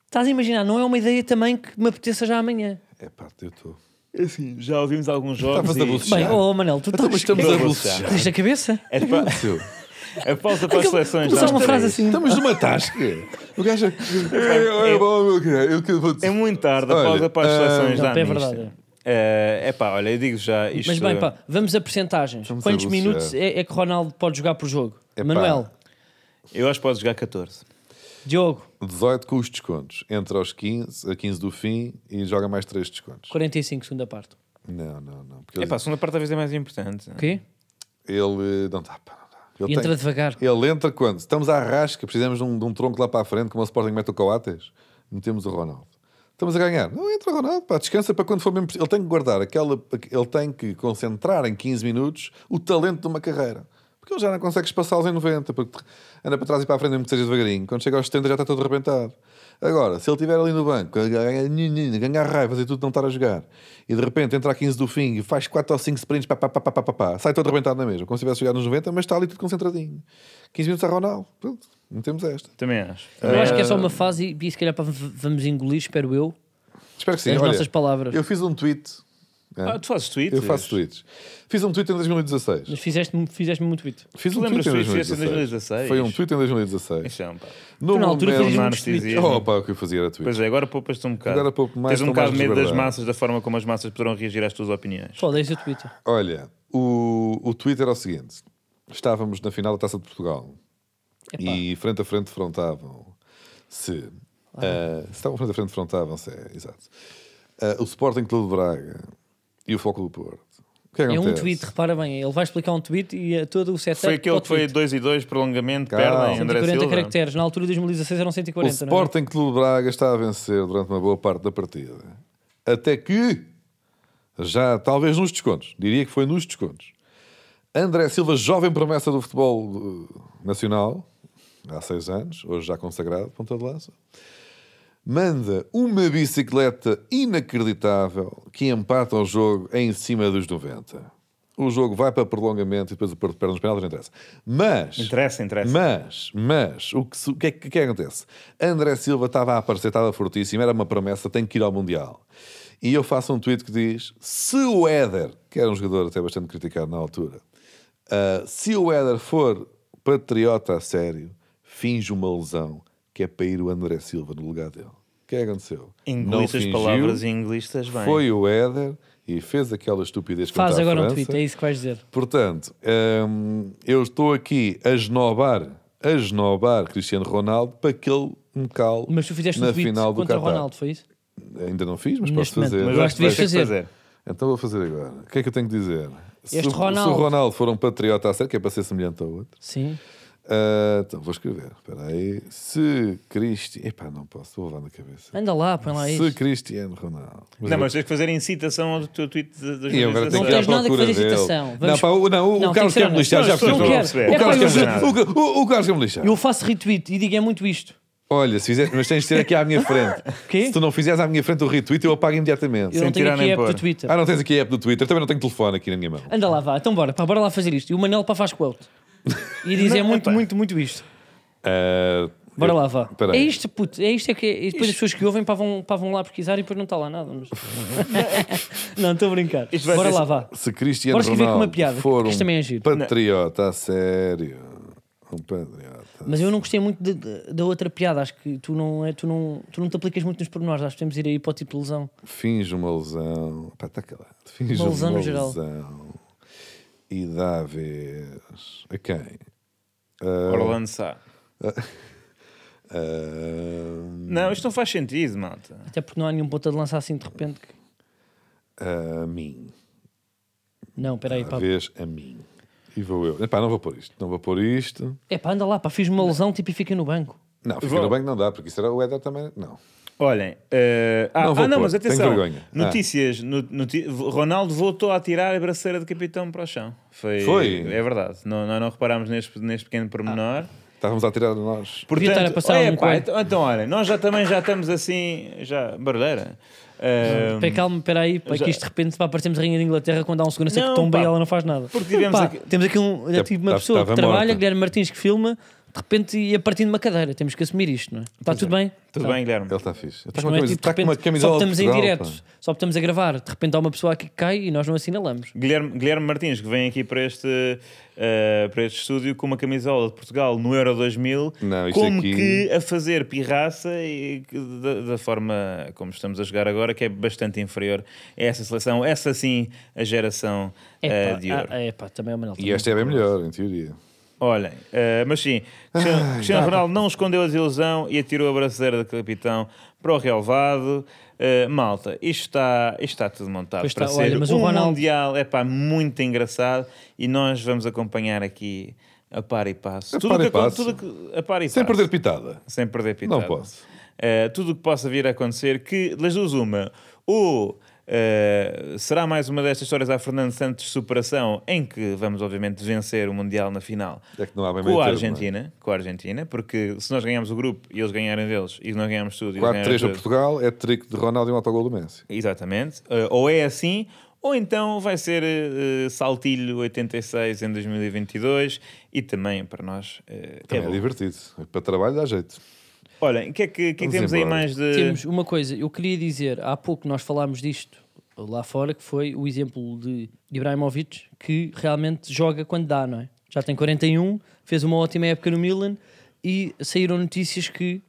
Speaker 1: Estás a imaginar, não é uma ideia também que me apeteça já amanhã.
Speaker 2: É pá, eu estou.
Speaker 3: Assim, já ouvimos alguns jogos.
Speaker 2: Estavas a
Speaker 3: E...
Speaker 2: bucejar.
Speaker 1: Bem, oh Manel, tu
Speaker 2: Então, mas
Speaker 1: estás.
Speaker 2: estamos
Speaker 3: Eu
Speaker 2: a
Speaker 3: vou
Speaker 2: bucejar.
Speaker 1: Tens na cabeça?
Speaker 3: A, É pa...
Speaker 2: Seu.
Speaker 3: a pausa para as seleções.
Speaker 1: Começou
Speaker 3: dá
Speaker 1: uma
Speaker 3: uns
Speaker 1: frase
Speaker 3: três.
Speaker 1: assim.
Speaker 2: Estamos numa tasca. O gajo. É, é, bom, meu querido, eu que vou
Speaker 3: É
Speaker 2: dizer.
Speaker 3: muito tarde a
Speaker 2: Olha,
Speaker 3: pausa para as
Speaker 2: ah,
Speaker 3: seleções.
Speaker 1: Não,
Speaker 3: dá
Speaker 1: é
Speaker 3: nisto.
Speaker 1: verdade.
Speaker 3: Eh, epá, olha, eu digo já isto.
Speaker 1: Mas bem, pá, vamos a percentagens.
Speaker 2: Estamos a
Speaker 1: Quantos
Speaker 2: bucejar.
Speaker 1: minutos é, é que Ronaldo pode jogar por jogo?
Speaker 2: Epá.
Speaker 1: Manuel,
Speaker 3: Eu acho que podes jogar 14.
Speaker 1: Diogo,
Speaker 2: 18 com os descontos. Entra aos 15, a 15 do fim e joga mais 3 descontos.
Speaker 1: 45, segunda parte.
Speaker 2: Não, não, não. Porque
Speaker 3: Epá, a segunda parte talvez é mais importante.
Speaker 1: O quê?
Speaker 2: ele. Não dá, pá, não dá. Ele,
Speaker 1: Entra
Speaker 2: tem-
Speaker 1: devagar.
Speaker 2: ele entra quando? Estamos à rasca, precisamos de um, de um tronco lá para a frente, como o Sporting mete o Coates. Metemos o Ronaldo. Estamos a ganhar. Não entra o Ronaldo, pá, descansa para quando for mesmo. Ele tem que guardar aquela. Ele tem que concentrar em 15 minutos o talento de uma carreira. Porque ele já não consegue espaçá-los em 90, porque anda para trás e para a frente, mesmo que seja devagarinho. Quando chega aos 70 já está todo arrebentado. Agora, se ele estiver ali no banco, a ganhar, ganhar raiva e tudo, não estar a jogar, e de repente entra a 15 do fim e faz 4 ou 5 sprints, pá, pá, pá, pá, pá, pá, pá, sai todo arrebentado na mesma, como se tivesse jogado nos 90, mas está ali tudo concentradinho. 15 minutos a Ronaldo, pronto, não temos esta.
Speaker 3: Também acho.
Speaker 2: Ah.
Speaker 1: Eu acho que é só uma fase e se calhar pá, v- vamos engolir, espero eu,
Speaker 2: Espero que sim.
Speaker 1: as
Speaker 2: Olha,
Speaker 1: nossas palavras.
Speaker 2: Eu fiz um tweet,
Speaker 3: Ah, tu fazes tweets?
Speaker 2: eu faço tweets. Fiz um tweet em 2016.
Speaker 1: Mas fizeste-me fizeste muito bem.
Speaker 2: Fiz
Speaker 3: Tu
Speaker 2: um
Speaker 3: lembras
Speaker 2: tweet em
Speaker 3: do tweet que fizeste em 2016?
Speaker 2: Foi um tweet em 2016.
Speaker 3: Então, pá.
Speaker 2: No
Speaker 1: Tu na altura um
Speaker 2: momento-
Speaker 1: fazias
Speaker 3: Não,
Speaker 1: muitos tweets.
Speaker 3: anestesia.
Speaker 2: Oh, pá, o que eu fazia era tweet.
Speaker 3: Pois é, agora poupas-te um bocado.
Speaker 2: Agora poupo mais,
Speaker 3: Tens um
Speaker 2: estou mais
Speaker 3: bocado de medo das
Speaker 2: desbordado.
Speaker 3: massas, da forma como as massas poderão reagir às tuas opiniões.
Speaker 1: Só deixa o Twitter.
Speaker 2: Olha, o, o tweet era o seguinte: estávamos na final da taça de Portugal
Speaker 1: Epá.
Speaker 2: e frente a frente frontavam-se. ah, se estavam frente a frente frontavam-se, é, exato. Ah, o Sporting Clube de Braga e o Foco do Porto. O que
Speaker 1: É um
Speaker 2: acontece?
Speaker 1: tweet, repara bem. Ele vai explicar um tweet e é todo o setup.
Speaker 3: Foi aquele
Speaker 1: ao
Speaker 3: que foi
Speaker 1: tweet.
Speaker 3: 2 e 2, prolongamento,
Speaker 2: Calma.
Speaker 3: perdem, André
Speaker 1: 140
Speaker 3: Silva.
Speaker 1: caracteres. Na altura de 2016 eram 140.
Speaker 2: O
Speaker 1: não é?
Speaker 2: Sporting Clube de Braga está a vencer durante uma boa parte da partida. Até que, já talvez nos descontos, diria que foi nos descontos, André Silva, jovem promessa do futebol eh, nacional, há seis anos, hoje já consagrado, ponta de lança, manda uma bicicleta inacreditável que empata o jogo em cima dos 90. O jogo vai para prolongamento e depois o Porto perde nos penaltis, não interessa. Mas...
Speaker 3: Interessa, interessa.
Speaker 2: Mas, mas, o que, se- o que é que, que acontece? André Silva estava a aparecer, estava fortíssimo, era uma promessa, tem que ir ao Mundial. E eu faço um tweet que diz: se o Éder, que era um jogador até bastante criticado na altura, ah, se o Éder for patriota a sério, finge uma lesão que é para ir o André Silva no lugar dele. O que é que aconteceu?
Speaker 3: Inglês
Speaker 2: Não
Speaker 3: as
Speaker 2: fingiu,
Speaker 3: palavras e inglês bem.
Speaker 2: Foi o Éder e fez aquela estupidez que
Speaker 1: Faz agora um tweet, é isso que vais dizer.
Speaker 2: Portanto, hum, eu estou aqui a esnobar, a esnobar Cristiano Ronaldo para que ele me cale
Speaker 1: Mas tu fizeste
Speaker 2: na
Speaker 1: um tweet
Speaker 2: final do
Speaker 1: contra
Speaker 2: Qatar.
Speaker 1: Ronaldo, foi isso?
Speaker 2: Ainda não fiz, mas
Speaker 1: Neste
Speaker 2: posso fazer.
Speaker 1: momento.
Speaker 3: Mas
Speaker 1: Eu
Speaker 3: acho
Speaker 1: acho
Speaker 3: que
Speaker 1: que
Speaker 3: vais ter
Speaker 1: devias
Speaker 3: que fazer.
Speaker 2: Então vou fazer agora. O que é que eu tenho que dizer? Se
Speaker 1: Este
Speaker 2: o- se,
Speaker 1: Ronaldo-
Speaker 2: o Ronaldo for um patriota a sério, que é para ser semelhante ao outro.
Speaker 1: Sim.
Speaker 2: ah, então vou escrever. Espera aí. Se Cristiano. Epá, não posso, vou levar na cabeça.
Speaker 1: Anda lá, põe lá
Speaker 2: Se
Speaker 1: é isso.
Speaker 2: Cristiano Ronaldo.
Speaker 3: Não, mas tens que fazer incitação ao teu tweet de
Speaker 2: E eu agora
Speaker 3: 2016.
Speaker 2: tenho
Speaker 1: Não
Speaker 2: que ir à
Speaker 1: tens nada que
Speaker 2: procura
Speaker 1: fazer
Speaker 2: dele.
Speaker 1: citação.
Speaker 2: Não,
Speaker 1: Vamos-
Speaker 2: pá, o, não, o
Speaker 1: Não,
Speaker 2: Carlos
Speaker 1: tem que
Speaker 2: quer
Speaker 1: ser
Speaker 2: me lixar, já
Speaker 1: honesto. Não quero.
Speaker 2: percebeu. O
Speaker 1: É pá,
Speaker 2: Carlos
Speaker 1: eu
Speaker 2: quer
Speaker 3: juro.
Speaker 2: me- o- o- o Carlos quer me lixar.
Speaker 1: Eu faço retweet e digo é muito isto.
Speaker 2: Olha, se fizer, mas tens de ter aqui à minha frente.
Speaker 1: Quê?
Speaker 2: Se tu não fizeres à minha frente o retweet, eu apago imediatamente.
Speaker 1: Eu não tenho
Speaker 3: Sem tirar
Speaker 1: aqui
Speaker 3: nem
Speaker 1: a app
Speaker 3: pôr.
Speaker 1: do Twitter.
Speaker 2: Ah, não tens aqui a app do Twitter, também não tenho telefone aqui na minha mão.
Speaker 1: Anda lá, vá. Então bora, pá, bora lá fazer isto. E o Manel para faz quote. E diz é
Speaker 3: Não,
Speaker 1: muito,
Speaker 3: epá.
Speaker 1: muito, muito isto.
Speaker 2: Ah,
Speaker 1: Bora
Speaker 2: eu-
Speaker 1: lá, vá.
Speaker 2: Espera
Speaker 1: É
Speaker 2: aí.
Speaker 1: isto, puto. É isto é que. E depois as pessoas que ouvem pá, vão, pá, vão lá pesquisar e depois não está lá nada. mas- não, estou a brincar.
Speaker 3: Isto vai
Speaker 1: Bora
Speaker 3: ser-
Speaker 1: lá, vá.
Speaker 2: Se Cristiano
Speaker 1: Bora escrever com uma
Speaker 2: Ronaldo
Speaker 1: piada,
Speaker 2: for
Speaker 1: que isto
Speaker 2: um
Speaker 1: também é giro.
Speaker 2: patriota, a sério. Um patriota.
Speaker 1: Mas eu não gostei muito de- de- da outra piada. Acho que tu não, é, tu, não, tu não te aplicas muito nos pormenores. Acho que temos de ir aí para o tipo de lesão.
Speaker 2: Finge uma lesão. Pá, está calado. Finge
Speaker 1: Uma
Speaker 2: uma
Speaker 1: lesão
Speaker 2: lesão.
Speaker 1: no geral.
Speaker 2: E dá a vez. A quem?
Speaker 3: Orlando Sá.
Speaker 2: Ah,
Speaker 3: Não, isto não faz sentido, malta.
Speaker 1: Até porque não há nenhum ponta de lança assim de repente. que-
Speaker 2: a mim.
Speaker 1: Não, peraí, pá.
Speaker 2: Uma vez a mim. E vou eu. Epá, não vou pôr isto. Não vou pôr isto.
Speaker 1: É pá, anda lá, pá. Fiz uma lesão tipo e fica no banco.
Speaker 2: Não, fica
Speaker 3: Vou-
Speaker 2: no banco não dá, porque isso era o Éder também. Não.
Speaker 3: Olhem, eh, ah,
Speaker 2: Não vou
Speaker 3: ah, não,
Speaker 2: pôr,
Speaker 3: mas
Speaker 2: tenho
Speaker 3: atenção.
Speaker 2: vergonha. Ah.
Speaker 3: Notícias: no- noti- Ronaldo voltou a tirar a braceira de capitão para o chão. Foi,
Speaker 2: Foi?
Speaker 3: É verdade. Não, não, não reparámos neste, neste pequeno pormenor.
Speaker 2: Estávamos a tirar de nós.
Speaker 1: Ah, Devia estar a passar
Speaker 3: olha,
Speaker 1: um
Speaker 3: pá,
Speaker 1: coelho.
Speaker 3: então, então, olha, nós já também já estamos assim, já, barulheira. Eh,
Speaker 1: Pá, calma, peraí, pá,
Speaker 3: já-
Speaker 1: que isto de repente pá, parecemos a Rainha da Inglaterra quando há um segurança
Speaker 3: Não,
Speaker 1: que tomba
Speaker 3: pá.
Speaker 1: e ela não faz nada.
Speaker 3: Porque tivemos
Speaker 1: Pá,
Speaker 3: aqui-
Speaker 1: Temos aqui um,
Speaker 2: Tá-
Speaker 1: tipo uma
Speaker 2: tá-
Speaker 1: pessoa que
Speaker 2: tava
Speaker 1: trabalha,
Speaker 2: morta.
Speaker 1: Guilherme Martins que filma, de repente ia partindo uma cadeira. Temos que assumir isto, não é? Está tudo bem?
Speaker 3: Tudo
Speaker 1: Tá.
Speaker 3: bem, Guilherme?
Speaker 2: Ele está fixe. Ele Está
Speaker 1: Isto
Speaker 2: com uma
Speaker 1: não é
Speaker 2: camisa-
Speaker 1: tipo, de
Speaker 2: está tá com uma
Speaker 1: repente,
Speaker 2: camisola
Speaker 1: só que
Speaker 2: de
Speaker 1: estamos em
Speaker 2: Portugal,
Speaker 1: direto,
Speaker 2: pá.
Speaker 1: só que estamos a gravar. De repente há uma pessoa aqui que cai e nós não assinalamos.
Speaker 3: Guilherme, Guilherme Martins, que vem aqui para este, eh, para este estúdio com uma camisola de Portugal no Euro 2000,
Speaker 2: Não, isto
Speaker 3: como
Speaker 2: aqui-
Speaker 3: que a fazer pirraça e que da, da forma como estamos a jogar agora, que é bastante inferior a essa seleção, essa sim, a geração eh,
Speaker 1: Epá,
Speaker 3: de ouro.
Speaker 1: ah, epá, também é uma
Speaker 2: E esta é bem melhor, em teoria.
Speaker 3: Olhem, eh, mas sim, Cristiano, Cristiano Ronaldo não escondeu a desilusão e atirou a braçadeira do capitão para o relvado. Eh, malta, isto está, isto está tudo montado
Speaker 1: Pois
Speaker 3: para
Speaker 1: está,
Speaker 3: ser
Speaker 1: olha, mas o
Speaker 3: um
Speaker 1: Ronaldo-
Speaker 3: Mundial é pá, muito engraçado e nós vamos acompanhar aqui a par e passo.
Speaker 2: A par
Speaker 3: o
Speaker 2: e
Speaker 3: que, acon-
Speaker 2: passo.
Speaker 3: Tudo que, a par e
Speaker 1: Tá.
Speaker 2: Sem
Speaker 3: passo.
Speaker 2: perder pitada.
Speaker 3: Sem perder pitada.
Speaker 2: Não posso.
Speaker 3: Eh, tudo o que possa vir a acontecer, que das duas uma, ou eh, será mais uma destas histórias à Fernando Santos de superação, em que vamos obviamente vencer o Mundial na final
Speaker 2: É que não há bem meio
Speaker 3: com a
Speaker 2: termo, não é?
Speaker 3: Argentina, com a Argentina, porque se nós ganharmos o grupo e eles ganharem deles e nós ganharmos tudo, e eles ganharem
Speaker 2: 4-3 para
Speaker 3: tudo,
Speaker 2: Portugal, é trick de Ronaldo e um autogol do Messi.
Speaker 3: Exatamente. Eh, ou é assim, ou então vai ser eh, Saltilho 86 em 2022 e também para nós eh, é
Speaker 2: Também é,
Speaker 3: bom.
Speaker 2: divertido. Para trabalho dá jeito.
Speaker 3: Olhem, o que é que, que é que
Speaker 2: Vamos
Speaker 3: temos aí
Speaker 2: embora.
Speaker 3: mais de.
Speaker 1: Temos uma coisa, eu queria dizer, há pouco nós falámos disto lá fora, que foi o exemplo de Ibrahimovic, que realmente joga quando dá, não é? Já tem 41, fez uma ótima época no Milan e saíram notícias que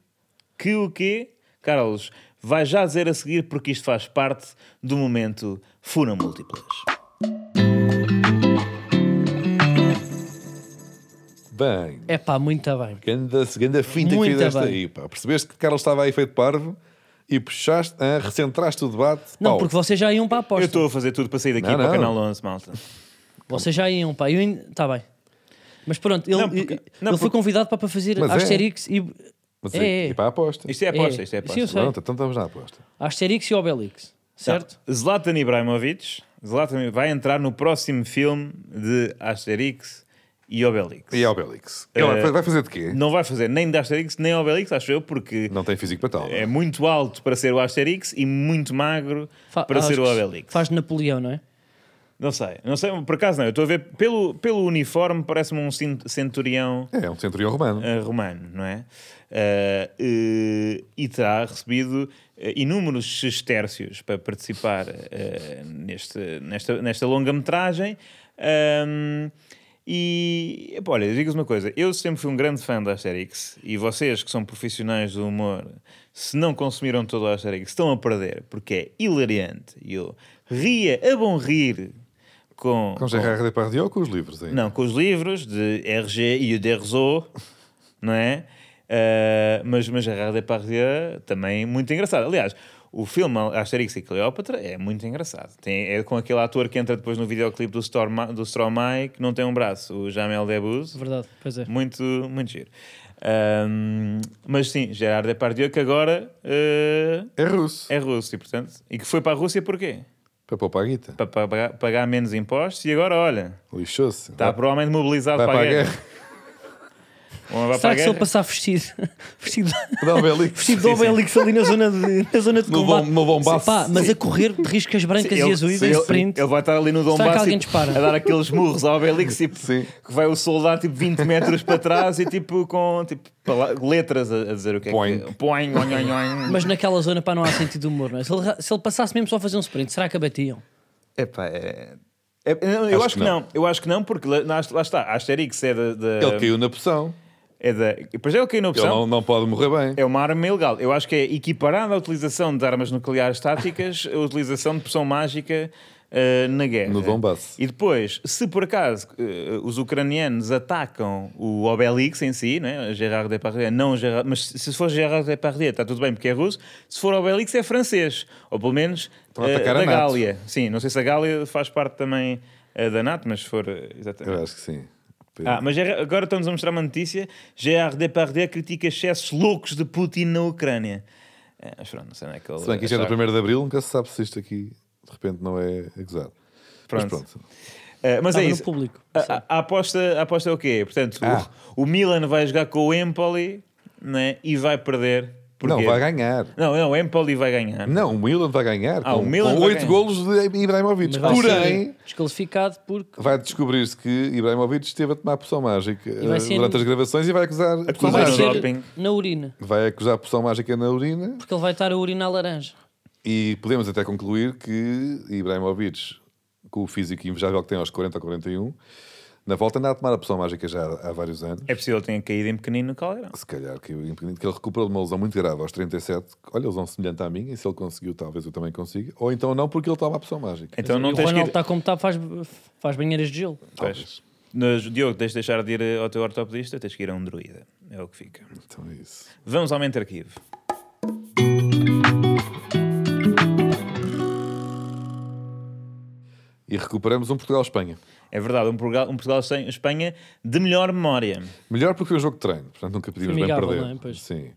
Speaker 3: Que o quê? Carlos, vai já dizer a seguir porque isto faz parte do momento Funa Múltiplas.
Speaker 2: Bem,
Speaker 1: é pá, muito bem.
Speaker 2: ganda, ganda finta
Speaker 1: Muito
Speaker 2: que fizeste
Speaker 1: bem.
Speaker 2: aí. Pá. Percebeste que Carlos estava aí feito parvo e puxaste, ah, recentraste o debate.
Speaker 1: Não,
Speaker 2: Pau.
Speaker 1: porque vocês já iam para a
Speaker 3: Eu
Speaker 1: aposta.
Speaker 3: estou a fazer tudo para sair daqui
Speaker 2: Não,
Speaker 3: para o
Speaker 2: não.
Speaker 3: Canal 11, malta.
Speaker 1: Vocês já iam, pá. Eu ainda... Tá bem. Mas pronto, ele,
Speaker 3: Não, porque- não,
Speaker 1: ele foi
Speaker 3: porque-
Speaker 1: convidado para para fazer
Speaker 2: Mas é.
Speaker 1: Asterix e...
Speaker 2: Mas
Speaker 1: É,
Speaker 2: e-
Speaker 1: é.
Speaker 2: E para a aposta.
Speaker 3: Isto é aposta, isto é aposta.
Speaker 1: Sim, eu sei.
Speaker 2: Pronto, então estamos na aposta.
Speaker 1: Asterix e Obelix, certo?
Speaker 3: Não, Zlatan Ibrahimovic Zlatan vai entrar no próximo filme de Asterix e Obelix.
Speaker 2: E ao Belix. Ele vai fazer de quê?
Speaker 3: É. Não vai fazer nem de Asterix nem Obelix, acho eu, porque
Speaker 2: Não tem físico para tal.
Speaker 3: é muito alto para ser o Asterix e muito magro
Speaker 1: Fa-
Speaker 3: para
Speaker 1: acho
Speaker 3: ser o
Speaker 1: que
Speaker 3: Obelix.
Speaker 1: Faz de Napoleão, não é?
Speaker 3: Não sei, não sei, por acaso não. Eu estou a ver pelo, pelo uniforme, parece-me um cin- centurião
Speaker 2: É, um centurião romano.
Speaker 3: eh, romano, não é? Eh, eh, e terá recebido eh, inúmeros sestércios para participar eh, neste, nesta, nesta longa-metragem. Ahm, e, epá, olha, digo-vos uma coisa: eu sempre fui um grande fã da Asterix e vocês que são profissionais do humor, se não consumiram todo o Asterix, estão a perder porque é hilariante. E eu ria a bom rir com,
Speaker 2: Com Gerard Depardieu ou com os livros ainda?
Speaker 3: não, com os livros de RG e o Derzo, não é? Ah, mas, mas Gerard Depardieu também é muito engraçado. Aliás, o filme Asterix e Cleópatra é muito engraçado. Tem, é com aquele ator que entra depois no videoclipe do, Storma, do Stromae, que não tem um braço, o Jamel Debbouze.
Speaker 1: Verdade, pois é.
Speaker 3: Muito, muito giro. Ahm, mas sim, Gerard Depardieu que agora ah,
Speaker 2: É russo.
Speaker 3: é russo e, portanto, e que foi para a Rússia porquê?
Speaker 2: Para poupar a guita.
Speaker 3: Para, para pagar- pagar menos impostos e agora, olha,
Speaker 2: Lixou-se.
Speaker 3: Está provavelmente mobilizado
Speaker 2: Vai
Speaker 3: Tá para, a
Speaker 2: para a
Speaker 3: guerra. Um homem vai para
Speaker 1: Será
Speaker 3: a
Speaker 1: que se
Speaker 3: guerra.
Speaker 1: ele passar vestido, vestido,
Speaker 2: Para o Belix.
Speaker 1: vestido de Obelix ali na zona de, na zona de
Speaker 2: No
Speaker 1: combate?
Speaker 2: bom- no bombaço.
Speaker 1: Sim, pá, mas a correr de riscas brancas
Speaker 3: Ele-
Speaker 1: e azuis
Speaker 3: sim,
Speaker 1: em
Speaker 3: ele-
Speaker 1: sprint.
Speaker 3: Ele vai estar ali no
Speaker 1: que
Speaker 3: Donbass
Speaker 1: alguém
Speaker 3: e-
Speaker 1: dispara?
Speaker 3: a dar aqueles murros ao Obelix e
Speaker 2: Sim.
Speaker 3: que vai o soldado tipo 20 metros para trás e tipo com tipo, pala- letras a, a dizer o que é que
Speaker 2: Poing.
Speaker 3: Poing, oing, oing, oing.
Speaker 1: Mas naquela zona, pá, não há sentido de humor, não é? Se ele, se ele passasse mesmo só a fazer um sprint, será que abatiam?
Speaker 3: Epá, é... é- não, eu acho,
Speaker 2: Acho
Speaker 3: que
Speaker 2: que
Speaker 3: não. eu acho que não, porque lá, lá- lá está, a Asterix é da. da
Speaker 2: Ele caiu na poção.
Speaker 3: é da pois é, ele caiu na
Speaker 2: Ele
Speaker 3: opção.
Speaker 2: não, não pode morrer bem.
Speaker 3: É uma arma ilegal. Eu acho que é equiparada à utilização de armas nucleares táticas, a utilização de pressão mágica eh, na guerra.
Speaker 2: No Donbass.
Speaker 3: E depois, se por acaso eh, os ucranianos atacam o Obelix em si, né? Gerard Depardieu, não Gerard, mas se for Gerard Depardieu está tudo bem porque é russo, se for Obelix é francês, ou pelo menos
Speaker 2: Estão a
Speaker 3: eh,
Speaker 2: atacar a
Speaker 3: da
Speaker 2: NATO.
Speaker 3: Gália. Sim, não sei se a Gália faz parte também eh, da NATO, mas se for... eh, exatamente.
Speaker 2: Eu acho que sim.
Speaker 3: Ah, mas Gerard- agora estamos a mostrar uma notícia. Gerard Depardieu critica excessos loucos de Putin na Ucrânia. É, mas pronto, não sei onde é que ele...
Speaker 2: se bem que isto é do
Speaker 3: achava.
Speaker 2: 1 de Abril, nunca se sabe se isto aqui de repente não é acusado.
Speaker 3: Pronto.
Speaker 2: Mas pronto.
Speaker 3: É, mas é
Speaker 1: Estava no
Speaker 3: isso.
Speaker 1: público.
Speaker 3: A, a- a aposta, a aposta é o quê? Portanto, o-
Speaker 2: Ah.
Speaker 3: o, Milan vai jogar com o Empoli né, e vai perder
Speaker 2: Não,
Speaker 3: Porquê?
Speaker 2: vai ganhar.
Speaker 3: Não, não, o Empoli vai ganhar.
Speaker 2: Não, o Milan vai ganhar.
Speaker 3: Ah,
Speaker 2: com,
Speaker 3: o Milan
Speaker 2: com
Speaker 3: vai
Speaker 2: oito
Speaker 3: ganhar.
Speaker 2: golos de Ibrahimovic.
Speaker 1: Mas vai
Speaker 2: Porém,
Speaker 3: assim.
Speaker 1: ser desqualificado porque.
Speaker 2: vai descobrir-se que Ibrahimovic esteve a tomar poção mágica
Speaker 1: vai
Speaker 2: eh,
Speaker 1: ser um
Speaker 2: durante
Speaker 1: no-
Speaker 2: as gravações e vai acusar,
Speaker 3: Acusar
Speaker 1: Vai
Speaker 2: acusar-
Speaker 3: no
Speaker 1: ser
Speaker 3: doping.
Speaker 1: na urina.
Speaker 2: vai acusar poção mágica na urina
Speaker 1: Porque ele vai estar a urinar laranja.
Speaker 2: e podemos até concluir que Ibrahimovic, com o físico invejável que tem aos 40 ou 41, na volta anda a tomar a poção mágica já há vários anos.
Speaker 3: É possível que tenha caído em pequenino no caldeirão.
Speaker 2: Se calhar que, eu imagino que ele recuperou de uma lesão muito grave aos 37, olha, lesão semelhante à minha, e se ele conseguiu, talvez eu também consiga, ou então não, porque ele toma a poção mágica.
Speaker 3: Então
Speaker 1: e
Speaker 3: não
Speaker 1: o
Speaker 3: tens que
Speaker 1: Ronaldo tá
Speaker 3: ir...
Speaker 1: está como está, faz, faz banheiras de gelo.
Speaker 3: Pois. Mas, Diogo, tens de deixar de ir ao teu ortopedista, tens que ir a um druida. É o que fica.
Speaker 2: Então é isso.
Speaker 3: Vamos ao mente arquivo.
Speaker 2: E recuperamos um Portugal-Espanha.
Speaker 3: É verdade, um Portugal, um Portugal sem Espanha de melhor memória.
Speaker 2: Melhor porque foi um jogo de treino, portanto nunca podíamos
Speaker 1: Foi
Speaker 2: bem
Speaker 1: amigável,
Speaker 2: perder.
Speaker 1: não é? Pois.
Speaker 2: Sim.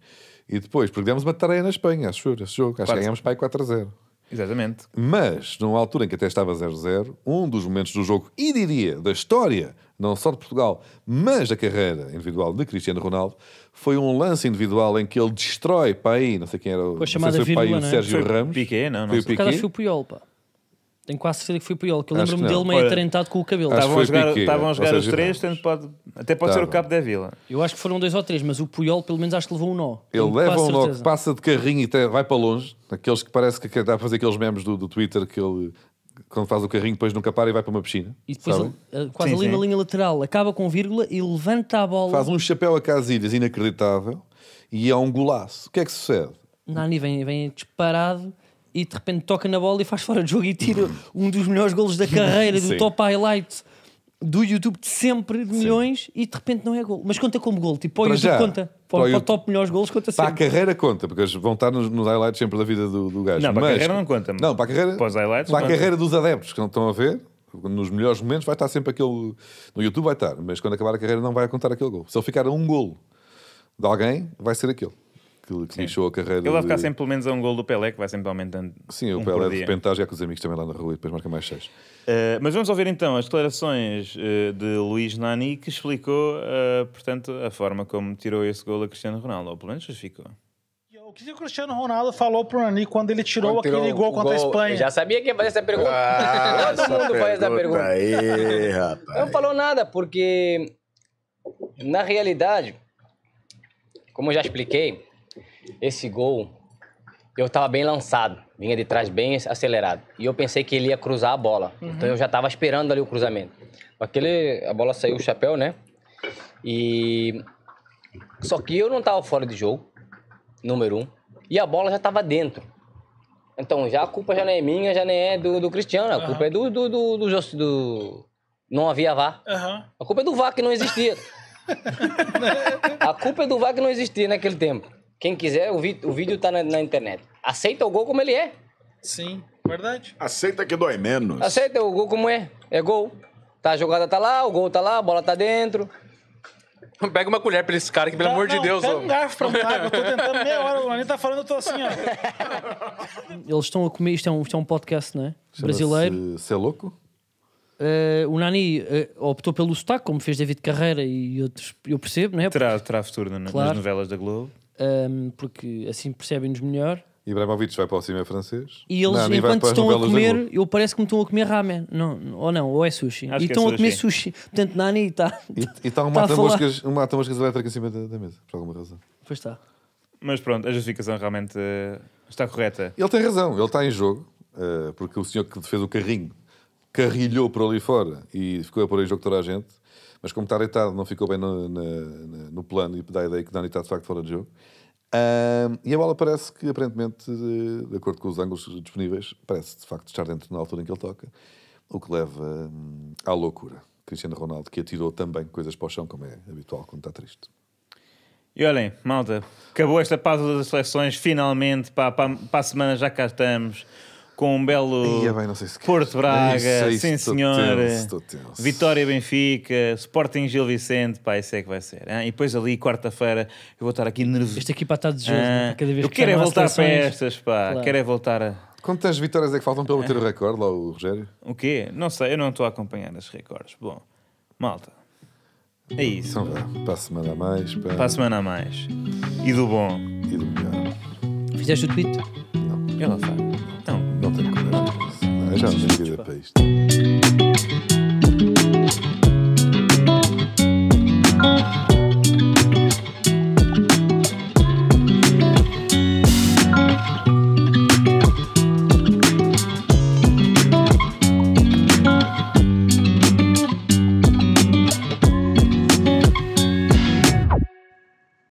Speaker 2: E depois, porque demos uma tareia na Espanha, acho eu, esse jogo. Acho que
Speaker 3: Quatro.
Speaker 2: ganhámos para aí 4 a 0.
Speaker 3: Exatamente.
Speaker 2: Mas, numa altura em que até estava 0-0, um dos momentos do jogo, e diria, da história, não só de Portugal, mas da carreira individual de Cristiano Ronaldo, foi um lance individual em que ele destrói para aí, não sei quem era, o- não sei
Speaker 1: chamada
Speaker 2: se foi para aí
Speaker 1: vírgula,
Speaker 2: o
Speaker 1: não é?
Speaker 2: Sérgio
Speaker 3: Foi o
Speaker 2: Ramos.
Speaker 3: Piqué, não, não
Speaker 2: Foi o
Speaker 3: sei.
Speaker 1: Por
Speaker 2: Piqué.
Speaker 1: acaso foi o Puyol, pá. Tenho quase certeza que foi o Puyol, que eu
Speaker 2: Acho
Speaker 1: lembro-me
Speaker 2: que não.
Speaker 1: dele meio
Speaker 3: Olha,
Speaker 1: atarentado com o cabelo.
Speaker 2: acho-
Speaker 3: Estavam
Speaker 2: foi
Speaker 3: a jogar,
Speaker 2: Piqué,
Speaker 3: estavam a
Speaker 2: ou
Speaker 3: jogar os
Speaker 2: seja,
Speaker 3: três,
Speaker 2: Ramos.
Speaker 3: tanto pode, até pode ser o
Speaker 2: Estavam.
Speaker 3: cabo da vila.
Speaker 1: Eu acho que foram dois ou três, mas o Puyol pelo menos acho que levou um nó.
Speaker 2: Ele
Speaker 1: Tenho
Speaker 2: leva
Speaker 1: quase
Speaker 2: um nó que
Speaker 1: certeza.
Speaker 2: passa de carrinho e até vai para longe. Aqueles que parece que dá a fazer aqueles memes do, do Twitter que ele, quando faz o carrinho, depois nunca para e vai para uma piscina.
Speaker 1: E depois
Speaker 2: sabe?
Speaker 1: ele, eh, quase
Speaker 3: Sim,
Speaker 1: ali
Speaker 3: sim.
Speaker 1: na linha lateral, acaba com vírgula e levanta a bola.
Speaker 2: Faz um chapéu a casilhas inacreditável e é um golaço. O que é que sucede?
Speaker 1: Nani vem, vem disparado e de repente toca na bola e faz fora de jogo e tira um dos melhores golos da carreira,
Speaker 2: Sim.
Speaker 1: do top highlight do YouTube de sempre, de milhões, e de repente não é gol. Mas conta como gol, tipo, para o
Speaker 2: Para
Speaker 1: YouTube
Speaker 2: já.
Speaker 1: conta. Para,
Speaker 2: Para o
Speaker 1: para o
Speaker 2: YouTube.
Speaker 1: top melhores golos conta
Speaker 2: Para a
Speaker 1: sempre.
Speaker 2: carreira conta, porque eles vão estar nos, nos highlights sempre da vida do, do gajo.
Speaker 3: Não, para a
Speaker 2: Mas-
Speaker 3: carreira não conta.
Speaker 2: Não, para a carreira,
Speaker 3: Para os highlights
Speaker 2: para a
Speaker 3: conta.
Speaker 2: carreira dos adeptos que não estão a ver, nos melhores momentos vai estar sempre aquele. No YouTube vai estar, mas quando acabar a carreira não vai contar aquele gol. Se ele ficar a um golo de alguém, vai ser aquele que, que lixou a carreira.
Speaker 3: Ele vai ficar
Speaker 2: de-
Speaker 3: sempre pelo menos a um gol do Pelé, que vai sempre aumentando.
Speaker 2: Sim,
Speaker 3: um
Speaker 2: o
Speaker 3: por
Speaker 2: Pelé de
Speaker 3: dia.
Speaker 2: repente está a jogar com os amigos também lá na rua e depois marca mais seis.
Speaker 3: Uh, mas vamos ouvir então as declarações uh, de Luís Nani, que explicou, uh, portanto, a forma como tirou esse gol a Cristiano Ronaldo, ou pelo menos justificou.
Speaker 4: O que o Cristiano Ronaldo falou pro Nani quando ele tirou
Speaker 5: Quando
Speaker 4: aquele
Speaker 5: tirou
Speaker 4: gol
Speaker 5: o
Speaker 4: contra a
Speaker 5: gol,
Speaker 4: Espanha?
Speaker 6: Eu já sabia que ia fazer essa pergunta. Todo mundo faz essa pergunta.
Speaker 5: Aí, rapaz.
Speaker 6: Não falou nada, porque na realidade, como eu já expliquei, esse gol eu estava bem lançado, vinha de trás bem acelerado. E eu pensei que ele ia cruzar a bola. Então eu já estava esperando ali o cruzamento. Aquele, a bola saiu o chapéu, né? E só que eu não estava fora de jogo, número um, e a bola já estava dentro. Então já a culpa já não é minha, já nem é do, do Cristiano, a culpa é do do, do, do, Jos- do- não havia vá.
Speaker 4: Aham.
Speaker 6: A culpa é do VAR que não existia. a culpa é do VAR que não existia naquele tempo. Quem quiser, o, vi- o vídeo tá na, na internet. Aceita o gol como ele é.
Speaker 4: Sim, verdade.
Speaker 5: Aceita que dói menos.
Speaker 6: Aceita o gol como é. É gol. Tá, a jogada tá lá, o gol tá lá, a bola tá dentro.
Speaker 7: Pega uma colher pra esse cara que, pelo
Speaker 4: Tá-
Speaker 7: amor de
Speaker 4: não,
Speaker 7: Deus.
Speaker 4: Pega
Speaker 7: ô.
Speaker 4: um garfo pra um água, eu tô tentando meia hora, o Nani tá falando, eu tô assim, ó.
Speaker 1: Eles estão a comer, isto é um, isto é um podcast, não é? Brasileiro.
Speaker 2: Se é louco?
Speaker 1: Eh, o Nani eh, optou pelo sotaque, como fez David Carreira e outros, eu percebo, não é?
Speaker 3: Terá, terá futuro na-
Speaker 1: Claro.
Speaker 3: nas novelas da Globo.
Speaker 1: Ahm, porque assim percebem-nos melhor.
Speaker 2: Ibrahimovic vai para o cinema francês.
Speaker 1: E eles,
Speaker 2: Nani vai
Speaker 1: enquanto
Speaker 2: para as
Speaker 1: estão a
Speaker 2: novelas é da Globo.
Speaker 1: comer, eu parece que me estão a comer ramen. Não, ou não, ou é sushi.
Speaker 3: Acho
Speaker 1: e
Speaker 3: que é
Speaker 1: estão a comer sushi. Portanto, Nani está.
Speaker 2: E- E está um
Speaker 1: Tá a falar.
Speaker 2: mata-moscas um mata elétrico em cima da, da mesa, por alguma razão.
Speaker 1: Pois tá. está.
Speaker 3: Mas pronto, a justificação realmente uh, está correta.
Speaker 2: Ele tem razão, ele está em jogo, eh, porque o senhor que fez o carrinho carrilhou por ali fora e ficou a pôr em jogo toda a gente, mas como está deitado, não ficou bem no, na- na- no plano e dá a ideia que Dani está de facto fora de jogo. Ahm, e a bola parece que, aparentemente, de, de acordo com os ângulos disponíveis, parece de facto estar dentro na altura em que ele toca, o que leva hum, à loucura. Cristiano Ronaldo, que atirou também coisas para o chão, como é habitual quando está triste.
Speaker 3: E olhem, malta, acabou esta pausa das seleções, finalmente, para, para, para a semana já cá estamos, com um belo
Speaker 2: Ia é bem, não sei se quer.
Speaker 3: Porto Braga,
Speaker 2: Isso, isso,
Speaker 3: sim
Speaker 2: estou
Speaker 3: senhor,
Speaker 2: tenso, estou tenso.
Speaker 3: Vitória Benfica, Sporting Gil Vicente, pá, isso é que vai ser. hein? E depois ali, quarta-feira, eu vou estar aqui nervoso.
Speaker 1: Esta equipa está de jogo.
Speaker 3: Ah,
Speaker 1: né? Cada vez
Speaker 3: eu
Speaker 1: que
Speaker 3: quero é
Speaker 1: chamam às
Speaker 3: voltar para
Speaker 1: seleções-
Speaker 3: estas, pá,
Speaker 1: Claro.
Speaker 3: quero é voltar a...
Speaker 2: Quantas vitórias é que faltam para bater o recorde, lá o Rogério?
Speaker 3: O quê? Não sei, eu não estou a acompanhar esses recordes. Bom, malta, é isso.
Speaker 2: Então vá, para a semana a mais, para,
Speaker 3: Para a semana a mais. E do bom.
Speaker 2: e do melhor.
Speaker 1: fizeste o tweet?
Speaker 3: Ele não sabe. Então,
Speaker 2: Não tenho coragem. Não, eu já não tenho vida para isto.